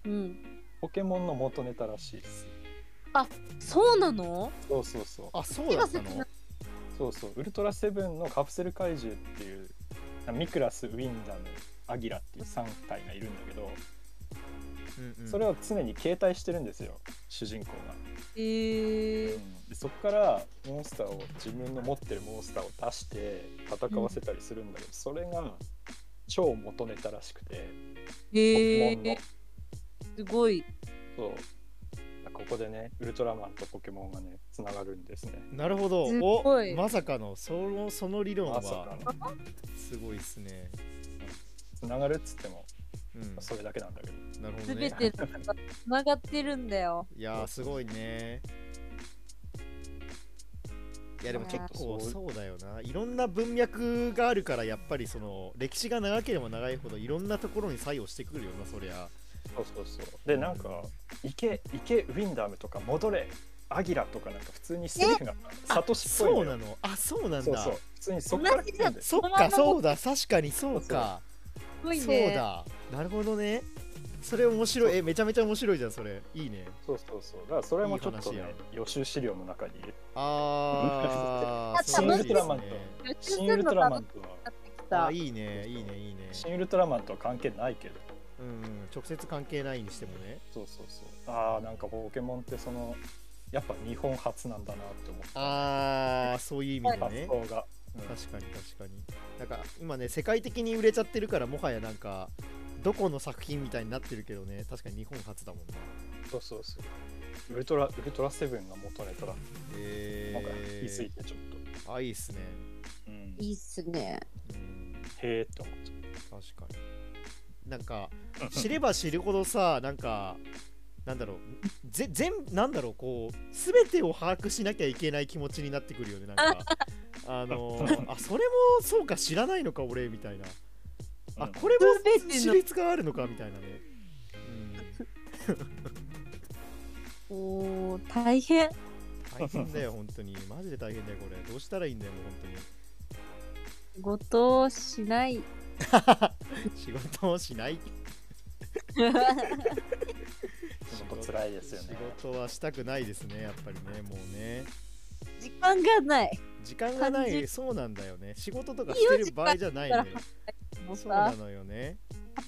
[SPEAKER 2] うん
[SPEAKER 1] ポケモンの元ネタらしいです。
[SPEAKER 2] そうなの
[SPEAKER 1] そうそうそう
[SPEAKER 3] あそうだったの
[SPEAKER 2] 今
[SPEAKER 1] そうそうウルトラセブンのカプセル怪獣っていうミクラスウィンダムアギラっていう3体がいるんだけど、それ
[SPEAKER 3] は
[SPEAKER 1] を常に携帯してるんですよ主人公が。
[SPEAKER 2] えー、
[SPEAKER 1] でそこからモンスターを自分の持ってるモンスターを出して戦わせたりするんだけど、それが超元ネタらしくてポケモンの、
[SPEAKER 2] えー、すごい
[SPEAKER 1] そうここでねウルトラマンとポケモンがねつながるんですね
[SPEAKER 3] なるほど
[SPEAKER 2] す
[SPEAKER 3] お
[SPEAKER 2] ごい
[SPEAKER 3] まさかのそのその理論
[SPEAKER 1] まさか
[SPEAKER 3] は
[SPEAKER 1] の
[SPEAKER 3] すごいですね、
[SPEAKER 1] つながるっつっても
[SPEAKER 3] うん、
[SPEAKER 1] それだけなんだけど
[SPEAKER 3] なるほど
[SPEAKER 2] す
[SPEAKER 3] ね
[SPEAKER 2] べてのことがつながってるんだよ。
[SPEAKER 3] いやーすごいねいやでも結構そうだよないろんな文脈があるからやっぱりその歴史が長ければ長いほどいろんなところに作用してくるよなそりゃ
[SPEAKER 1] そうそうそうでなんか「行け行けウィンダム」とか「戻れアギラ」とかなんか普通にセリフがサトシっぽい
[SPEAKER 3] そ
[SPEAKER 1] の
[SPEAKER 3] うな
[SPEAKER 1] よ
[SPEAKER 3] のあそうなんだ
[SPEAKER 1] そうそう普通にそっから来てんだよ
[SPEAKER 3] そっかそうだ確かにそうか
[SPEAKER 2] すご
[SPEAKER 3] そう
[SPEAKER 2] いね。
[SPEAKER 3] だなるほどねそれ面白いえめちゃめちゃ面白いじゃんそれいいね
[SPEAKER 1] そうそうそうだからそれもちょっと
[SPEAKER 3] いい
[SPEAKER 1] ね
[SPEAKER 3] 話や
[SPEAKER 1] 予習資料の中に入れて
[SPEAKER 3] あー
[SPEAKER 2] シンウルト
[SPEAKER 1] ラマンと
[SPEAKER 3] そうですね
[SPEAKER 2] 予習す
[SPEAKER 1] 新ウ
[SPEAKER 2] る
[SPEAKER 1] ル
[SPEAKER 2] の
[SPEAKER 1] ト
[SPEAKER 2] が
[SPEAKER 1] ラ
[SPEAKER 2] な
[SPEAKER 1] マ
[SPEAKER 2] く
[SPEAKER 1] ンとは
[SPEAKER 2] なってき
[SPEAKER 3] あ
[SPEAKER 2] た。
[SPEAKER 3] いいねいいねいいね
[SPEAKER 1] 新ウルトラマンとは関係ないけど
[SPEAKER 3] うんうん直接関係ないにしてもね
[SPEAKER 1] そうそうそうああなんかポケモンってそのやっぱ日本初なんだなって思った
[SPEAKER 3] ああそういう意味でね、
[SPEAKER 1] 発想が、うん
[SPEAKER 3] 確かに確かになんか今ね世界的に売れちゃってるからもはやなんかどこの作品みたいになってるけどね確かに日本初だもんね
[SPEAKER 1] そうそうそうウルトラウルトラセブンが元ネタだなんか言い過ぎ
[SPEAKER 3] え
[SPEAKER 1] てちょっと、
[SPEAKER 3] ー、あいいっすね、
[SPEAKER 1] うん、
[SPEAKER 2] いいっすね。
[SPEAKER 3] うん、
[SPEAKER 1] へえって思っちゃ
[SPEAKER 3] 確かになんか
[SPEAKER 1] うん
[SPEAKER 3] 知れば知るほどさなんかなんだろうぜ全なんだろうこう全てを把握しなきゃいけない気持ちになってくるよねなん かあのー、あそれもそうか知らないのか俺みたいな
[SPEAKER 1] う
[SPEAKER 3] あ
[SPEAKER 1] うん
[SPEAKER 3] これも
[SPEAKER 2] 全ての
[SPEAKER 3] 知率があるのかみたいなね、
[SPEAKER 2] おお大変。
[SPEAKER 3] うん、大変だよ本当にマジで大変だよこれどうしたらいいんだよも う
[SPEAKER 2] ごとし ない。
[SPEAKER 3] 本当に仕事をしない
[SPEAKER 1] 仕事辛いですよ
[SPEAKER 3] 仕
[SPEAKER 1] ね
[SPEAKER 3] 事はしたくないですねやっぱりねもうね
[SPEAKER 2] 時間がない。
[SPEAKER 3] 時間がな
[SPEAKER 2] 感
[SPEAKER 3] い
[SPEAKER 2] じ
[SPEAKER 3] そうなんだよね仕事とかしてる場合じゃないのよ
[SPEAKER 2] いいよもう
[SPEAKER 3] そうな
[SPEAKER 2] さ
[SPEAKER 3] のよね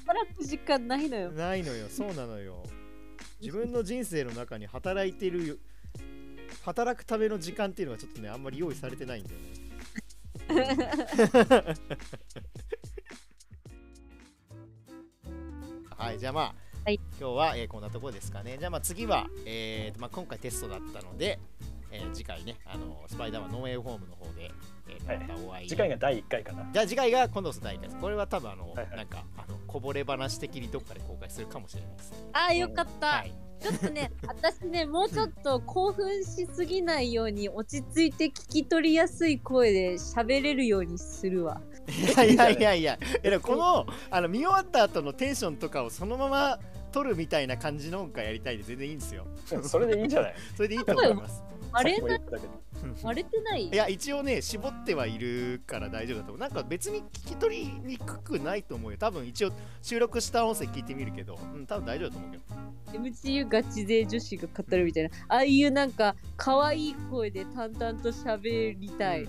[SPEAKER 2] 働く時間ないのよ。
[SPEAKER 3] ないのよそうなのよ自分の人生の中に働いてるよ働くための時間っていうのがちょっとねあんまり用意されてないんだよね はい、じゃあまあ、
[SPEAKER 2] はい
[SPEAKER 3] 今日は、えーこんなところですかね。じゃあまあ次は、えーとまあ、今回テストだったので、えー次回ね、あのスパイダーマンノーエイホームの方で、えー
[SPEAKER 1] はい
[SPEAKER 3] またお会い
[SPEAKER 1] 次回が第1回か な
[SPEAKER 3] じゃあ次回が今度こそ第一回です。これは多分あの、
[SPEAKER 1] はいはい
[SPEAKER 3] なんかあのこぼれ話的にどっかで公開するかもしれないです。
[SPEAKER 2] あーよかった。
[SPEAKER 3] はい。
[SPEAKER 2] ちょっとね、 私ね、もうちょっと興奮しすぎないように、落ち着いて聞き取りやすい声で喋れるようにするわ。
[SPEAKER 3] い やいやいやいやえでもこのあの見終わった後のテンションとかをそのまま取るみたいな感じのがやりたいで全然いいんですよ
[SPEAKER 1] それでいいんじゃない
[SPEAKER 3] それでいいと思います
[SPEAKER 2] 割れ
[SPEAKER 1] さっきも言
[SPEAKER 2] ない
[SPEAKER 1] ったけど
[SPEAKER 2] 割れてない
[SPEAKER 3] いや一応ね絞ってはいるから大丈夫だと思うなんか別に聞き取りにくくないと思うよ多分一応収録した音声聞いてみるけど、うん、多分大丈夫だと思うけど
[SPEAKER 2] MCU ガチ勢女子が語るみたいなああいうなんか可愛い声で淡々と喋りたい、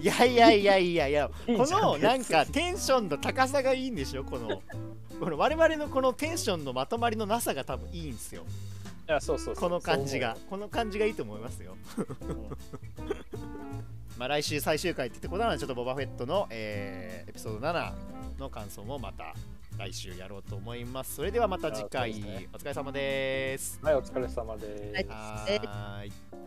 [SPEAKER 3] いやいやいやいやいや
[SPEAKER 1] いい
[SPEAKER 3] こ
[SPEAKER 1] じゃん
[SPEAKER 3] のなんかテンションの高さがいいんでしょこのこの我々のこのテンションのまとまりのなさが多分いいんですよ
[SPEAKER 1] いやそうそうそう
[SPEAKER 3] この感じがこの感じがいいと思いますよ
[SPEAKER 1] そう思うよ
[SPEAKER 3] まあ来週最終回ってことなのでちょっとボバフェットの、えーエピソード7の感想もまた来週やろうと思いますそれではまた次
[SPEAKER 1] あ
[SPEAKER 3] 回
[SPEAKER 1] そうですね
[SPEAKER 3] お疲れ様です
[SPEAKER 1] うんはいお疲れ様です
[SPEAKER 2] はい
[SPEAKER 3] はーい